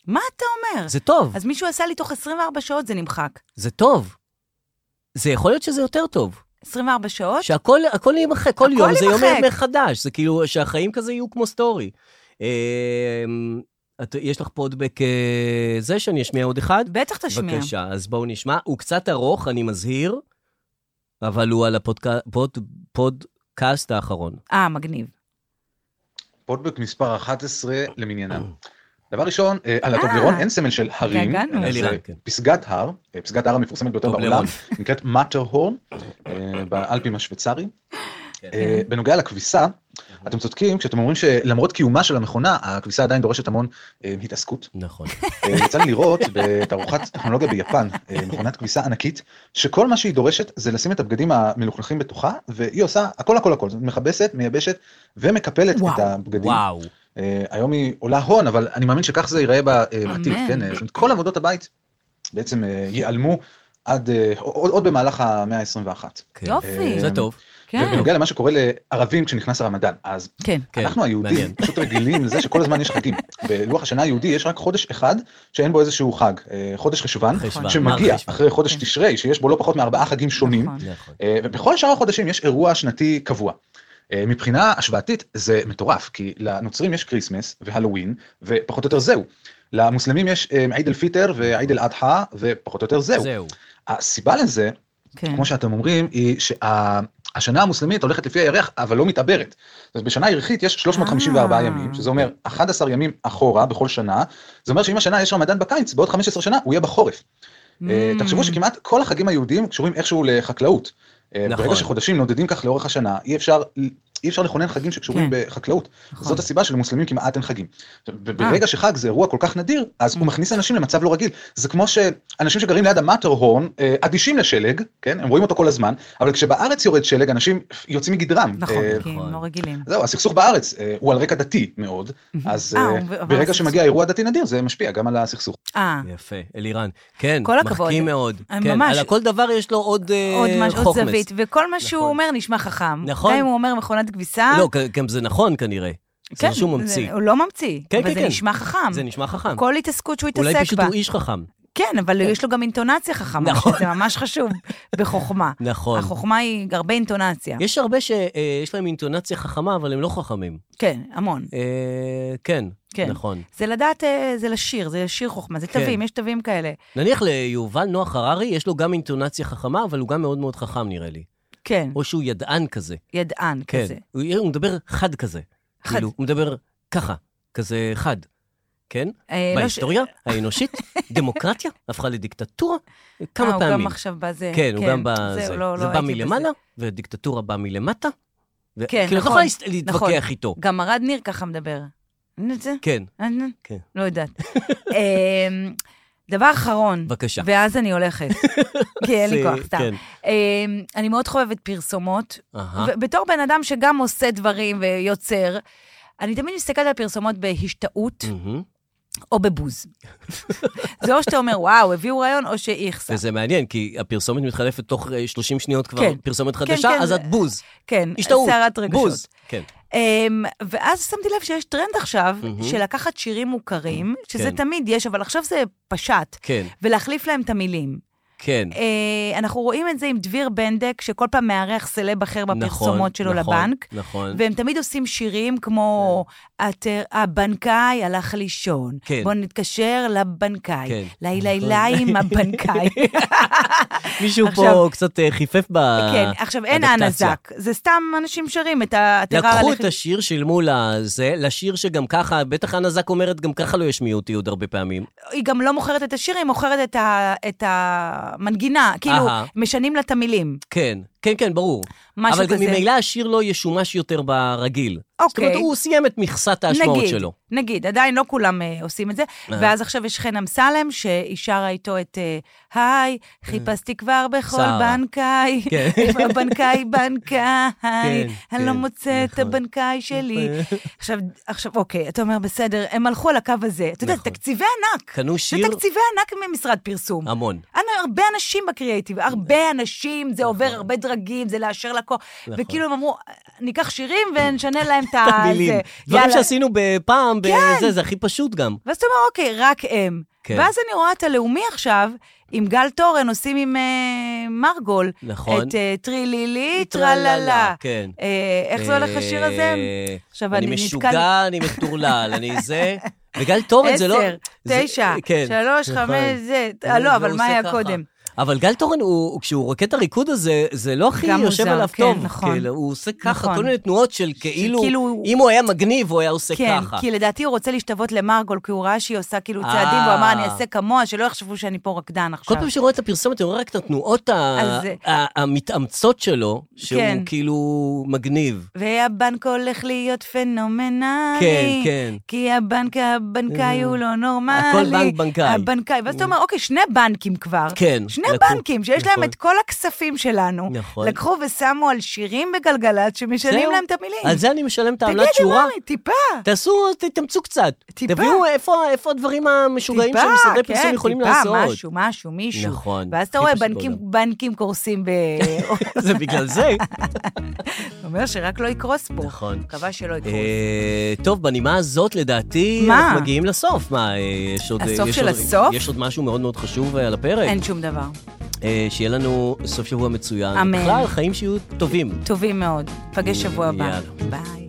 E: מה אתה אומר?
D: זה טוב,
E: אז מישהו עשה לי תוך 24 שעות, זה נמחק.
D: זה טוב. זה יכול להיות שזה יותר טוב.
E: 24 שעות?
D: שהכל הכל יימחק, כל
E: אוקיי. הכל
D: יום זה יום
E: יימחק.
D: מחדש, זה כאילו שהחיים כזה יהיו כמו סטורי. אמ, את- יש לך פה עוד בק... אה, זה שאני אשמיע עוד אחד?
E: בטח תשמיע.
D: בבקשה, אז בואו נשמע. הוא קצת ארוך, אני מזהיר, אבל הוא על הפודקאסט האחרון.
E: אה, מגניב.
H: פודבק מספר 11 למניינם. דבר ראשון, אה, על הטוב
E: אה.
H: לירון אין סמל של הרים,
E: התגעגענו.
H: אלא זה
D: אלירן, כן.
H: פסגת הר, אה, פסגת הר המפורסמת ביותר
D: טוב
H: בעולם,
D: לירון.
H: נקראת מטרהורן, באלפים השוויצרי. אה, בנוגע לכביסה, אתם צודקים כשאתם אומרים שלמרות קיומה של המכונה, הכביסה עדיין דורשת המון אה, התעסקות.
D: נכון.
H: אה, יצא לי לראות בתערוכת טכנולוגיה ביפן, אה, מכונת כביסה ענקית, שכל מה שהיא דורשת זה לשים את הבגדים המלוכלכים בתוכה, והיא עושה הכל הכל הכל, זאת מכבסת, מייבשת ומקפלת
E: וואו,
H: את הבגדים.
D: וואו.
H: אה, היום היא עולה הון, אבל אני מאמין שכך זה ייראה בעתיד,
E: אמן.
H: כן? אה, זאת אומרת, כל עבודות הבית בעצם אה, ייעלמו עד, אה, עוד עוד במהלך המאה ה-21.
D: כן.
E: יופי.
D: זה טוב.
E: כן.
H: ובנוגע למה שקורה לערבים כשנכנס הרמדאן, אז
E: כן.
D: כן,
H: אנחנו
D: מעניין.
H: היהודים פשוט רגילים לזה שכל הזמן יש חגים. בלוח השנה היהודי יש רק חודש אחד שאין בו איזשהו חג, אה, חודש חשוון,
D: חשוון, מר
H: שמגיע
D: חשוון.
H: אחרי חודש
E: כן.
H: תשרי, שיש בו לא פחות מארבעה חגים שונים,
E: נכון.
D: נכון.
H: אה, ובכל שאר החודשים יש אירוע שנתי קבוע. אה, מבחינה השוואתית זה מטורף, כי לנוצרים יש כריסמס והלואוין, ופחות או יותר זהו. למוסלמים יש אה, עיד אל פיטר ועיד אל אדחא, ופחות או יותר זהו.
D: זהו.
H: הסיבה לזה
E: כן.
H: כמו שאתם אומרים, היא שהשנה המוסלמית הולכת לפי הירח, אבל לא מתעברת. אז בשנה הירחית יש 354
E: אה.
H: ימים, שזה אומר 11 ימים אחורה בכל שנה, זה אומר שאם השנה יש רמדאן בקיץ, בעוד 15 שנה הוא יהיה בחורף. אה,
E: Mm.
H: תחשבו שכמעט כל החגים היהודיים קשורים איכשהו לחקלאות. אה,
D: נכון.
H: ברגע שחודשים נודדים כך לאורך השנה, אי אפשר... אי אפשר לכונן חגים שקשורים
E: כן.
H: בחקלאות.
E: נכון. אה,
H: זאת הסיבה שלמוסלמים כמעט אין חגים. ב- ברגע שחג זה אירוע כל כך נדיר, אז הוא מכניס אנשים למצב לא רגיל. זה כמו שאנשים שגרים ליד המטרהורן אה, אדישים לשלג, כן? הם רואים אותו כל הזמן, אבל כשבארץ יורד שלג, אנשים יוצאים מגדרם.
E: נכון,
H: אה,
E: כי הם לא רגילים.
H: זהו, הסכסוך בארץ אה, הוא על רקע דתי מאוד, אז
E: אה,
H: אה,
E: הוא עבר
H: ברגע
E: לסכסוך.
H: שמגיע אירוע דתי נדיר, זה משפיע גם על הסכסוך.
E: אה,
D: יפה, אלירן. כן,
E: כל הכבוד.
D: מחכים מאוד.
E: אה,
D: כן,
E: ממש.
D: על כל דבר יש לו עוד אה,
E: עוד מש- עוד
D: חוכמס.
E: זווית, וכל מה שהוא
D: נכון.
E: אומר נשמע חכם.
D: נכון.
E: גם אם הוא אומר מכונת כביסה,
D: לא, כ- גם זה נכון כנראה. זה
E: כן,
D: לא שהוא ממציא.
E: זה- הוא לא ממציא,
D: כן,
E: אבל
D: כן,
E: זה
D: כן.
E: נשמע חכם.
D: זה נשמע חכם.
E: כל התעסקות שהוא
D: אולי
E: התעסק
D: פשוט
E: בה.
D: הוא איש חכם.
E: כן, אבל יש לו גם אינטונציה חכמה,
D: נכון.
E: שזה ממש חשוב בחוכמה.
D: נכון.
E: החוכמה היא הרבה אינטונציה.
D: יש הרבה שיש להם אינטונציה חכמה, אבל הם לא חכמים.
E: כן, המון.
D: אה, כן,
E: כן.
D: נכון.
E: זה לדעת, אה, זה לשיר, זה לשיר חוכמה, זה
D: כן.
E: תווים, יש תווים כאלה.
D: נניח ליובל נוח הררי, יש לו גם אינטונציה חכמה, אבל הוא גם מאוד מאוד חכם, נראה לי.
E: כן,
D: או שהוא ידען כזה.
E: ידען
D: כן.
E: כזה.
D: הוא הוא מדבר חד כזה.
E: חד.
D: כאילו, הוא מדבר ככה, כזה חד. כן?
E: אה, לא ש-
D: בהיסטוריה האנושית, דמוקרטיה הפכה לדיקטטורה
E: אה,
D: כמה
E: הוא גם
D: פעמים.
E: עכשיו בזה.
D: כן, הוא גם
E: זהו,
D: בזה.
E: לא-
D: זה
E: לא
D: בא
E: הייתי בזה.
D: מלמעלה, ודיקטטורה באה מלמטה. ו-
E: כן,
D: כאילו, אתה
E: נכון,
D: יכול להסת- להתווכח
E: נכון.
D: איתו.
E: גם ארד ניר ככה מדבר. אין את זה?
D: כן,
E: אין את זה?
D: כן.
E: לא יודעת. אמ, דבר אחרון,
D: בבקשה.
E: ואז אני הולכת, כי אין לי
D: זה-
E: כוח, סתם.
D: כן.
E: אמ, אני מאוד חובבת פרסומות,
D: אהה.
E: בתור בן אדם שגם עושה דברים ויוצר, אני תמיד מסתכלת על פרסומות בהשתאות
D: מהמם.
E: או בבוז. זה או שאתה אומר, וואו, הביאו רעיון, או שאיכסה.
D: וזה מעניין, כי הפרסומת מתחלפת תוך אה, 30 שניות כבר
E: כן.
D: פרסומת
E: כן,
D: חדשה,
E: כן,
D: אז
E: זה-
D: את בוז.
E: כן,
D: השתאות.
E: סערת רגשות.
D: בוז. כן.
E: אמ, ואז שמתי לב שיש טרנד עכשיו,
D: מהמם.
E: של לקחת שירים מוכרים, שזה
D: כן.
E: תמיד יש, אבל עכשיו זה פשט,
D: כן,
E: ולהחליף להם את המילים.
D: כן.
E: אה, אנחנו רואים את זה עם דביר בנדק, שכל פעם מארח סלב אחר
D: נכון,
E: בפרסומות שלו
D: נכון,
E: לבנק.
D: נכון.
E: והם תמיד עושים שירים כמו, "את- הבנקאי הלך לישון,
D: כן.
E: בוא נתקשר לבנקאי,
D: כן.
E: ליי ליי ליי עם הבנקאי.
D: מישהו פה
E: עכשיו-
D: קצת אה, חיפף ב...
E: כן, עכשיו אין
D: אדפטציה.
E: אנה זק, זה סתם אנשים שרים את העתירה
D: לקחו
E: ללכת.
D: את השיר, שילמו לזה, לשיר שגם ככה, בטח אנה זק אומרת, גם ככה לא ישמיעו אותי עוד הרבה פעמים.
E: היא גם לא מוכרת את השיר, היא מוכרת את ה- את המנגינה, כאילו,
D: אהה.
E: משנים לה את המילים.
D: כן, כן, כן, ברור.
E: משהו
D: אבל
E: כזה.
D: אבל ממילא השיר לא ישומש יותר ברגיל. זאת
E: אוקיי.
D: אומרת, הוא סיים את מכסת ההשמעות
E: נגיד,
D: שלו.
E: נגיד, עדיין לא כולם אה, עושים את זה.
D: אה.
E: ואז עכשיו יש חן אמסלם, שהיא שרה איתו את אה, היי, חיפשתי כבר בכל
D: שרה.
E: בנקאי.
D: כן.
E: הבנקאי, בנקאי, אני לא
D: כן, נכון.
E: מוצא את הבנקאי שלי. עכשיו, עכשיו, אוקיי, אתה אומר, בסדר, הם הלכו על הקו הזה. אתה יודע,
D: נכון.
E: זה תקציבי ענק.
D: קנו
E: זה
D: שיר
E: תקציבי ענק ממשרד פרסום.
D: המון.
E: אנו הרבה אנשים בקריאיטיב, הרבה אנשים, זה
D: נכון.
E: עובר הרבה דרגים, זה לאשר לקוח. וכאילו הם אמרו, ניקח שירים ונשנה להם את ה...
D: מילים.
E: אה, זה.
D: דברים
E: יאללה. כן.
D: שעשינו פעם, בזה, זה הכי פשוט גם.
E: ואז אתה אומר, אוקיי, רק הם.
D: כן.
E: כן. ואז אני רואה את הלאומי עכשיו, עם גל תורן עושים עם אה, מרגול.
D: נכון.
E: את אה, טרי לילי, טרללה.
D: כן.
E: אה, איך זה הולך השיר הזה?
D: אה,
E: עכשיו, אני
D: אני
E: נתקע-
D: משוגע, אני מטורלל, אני זה. וגל תורן זה לא...
E: עשר,
D: זה-
E: תשע,
D: כן.
E: שלוש,
D: נכון.
E: חמש, זה...
D: הוא-
E: אה, לא, אבל
D: והוא
E: מה
D: עושה
E: היה
D: ככה.
E: קודם?
D: אבל גל תורן, הוא, הוא- כשהוא רוקד את הריקוד הזה, זה לא הכי
E: גם
D: יושב
E: מוזר,
D: עליו
E: כן,
D: טוב.
E: נכון.
D: כאילו, הוא עושה ככה,
E: נכון.
D: כל מיני תנועות של כאילו,
E: שכאילו-
D: אם הוא היה מגניב, הוא היה עושה
E: כן,
D: ככה.
E: כי לדעתי הוא רוצה להשתוות למרגול, כי הוא ראה שהיא עושה כאילו
D: אה.
E: צעדים, והוא אמר, אני אעשה כמוה, שלא יחשבו שאני פה רקדן
D: כל
E: עכשיו.
D: פעם שרואה את הפרסומת, אני רואה רק את התנועות ה-
E: אז זה-
D: ה- המתאמצות שלו, שהוא
E: כן.
D: כאילו מגניב.
E: והבנק הולך להיות פנומנלי.
D: כן, כן.
E: כי הבנק הבנקאי הוא לא נורמלי.
D: הכל בנק בנקאי. Mm.
E: הבנקאי. ואז אתה אומר, אוקיי, שני בנקים כבר.
D: כן,
E: שני
D: לקחו,
E: בנקים שיש
D: נכון.
E: להם את כל הכספים שלנו.
D: נכון.
E: לקחו ושמו על שירים בגלגלצ שמשנים
D: זהו.
E: להם את המילים.
D: על זה אני משלם את העמלת
E: תגידו,
D: שורה.
E: מאמי, טיפה.
D: תעשו, תתאמצו קצת.
E: טיפה.
D: תביאו איפה, איפה הדברים המשוגעים
E: טיפה,
D: שהמשרדי
E: כן,
D: פרסום יכולים
E: טיפה,
D: לעשות.
E: משהו, משהו, מישהו.
D: נכון.
E: ואז אתה
D: הכי
E: רואה
D: פשוט
E: בנקים-
D: בעולם.
E: בנקים קורסים ב...
D: זה בגלל זה.
E: אומר שרק לא יקרוס פה.
D: נכון.
E: מקווה שלא יקרוס.
D: אה, טוב, בנימה הזאת, לדעתי,
E: מה?
D: אנחנו מגיעים לסוף. מה, אה, יש עוד... אה,
E: הסוף
D: יש
E: של
D: עוד-
E: הסוף?
D: יש עוד משהו מאוד מאוד חשוב אה, על הפרק.
E: אין שום דבר.
D: אה, שיהיה לנו סוף שבוע מצוין.
E: אמן.
D: בכלל, חיים שיהיו טובים.
E: טובים מאוד. נפגש שבוע הבא.
D: יאללה.
E: ביי.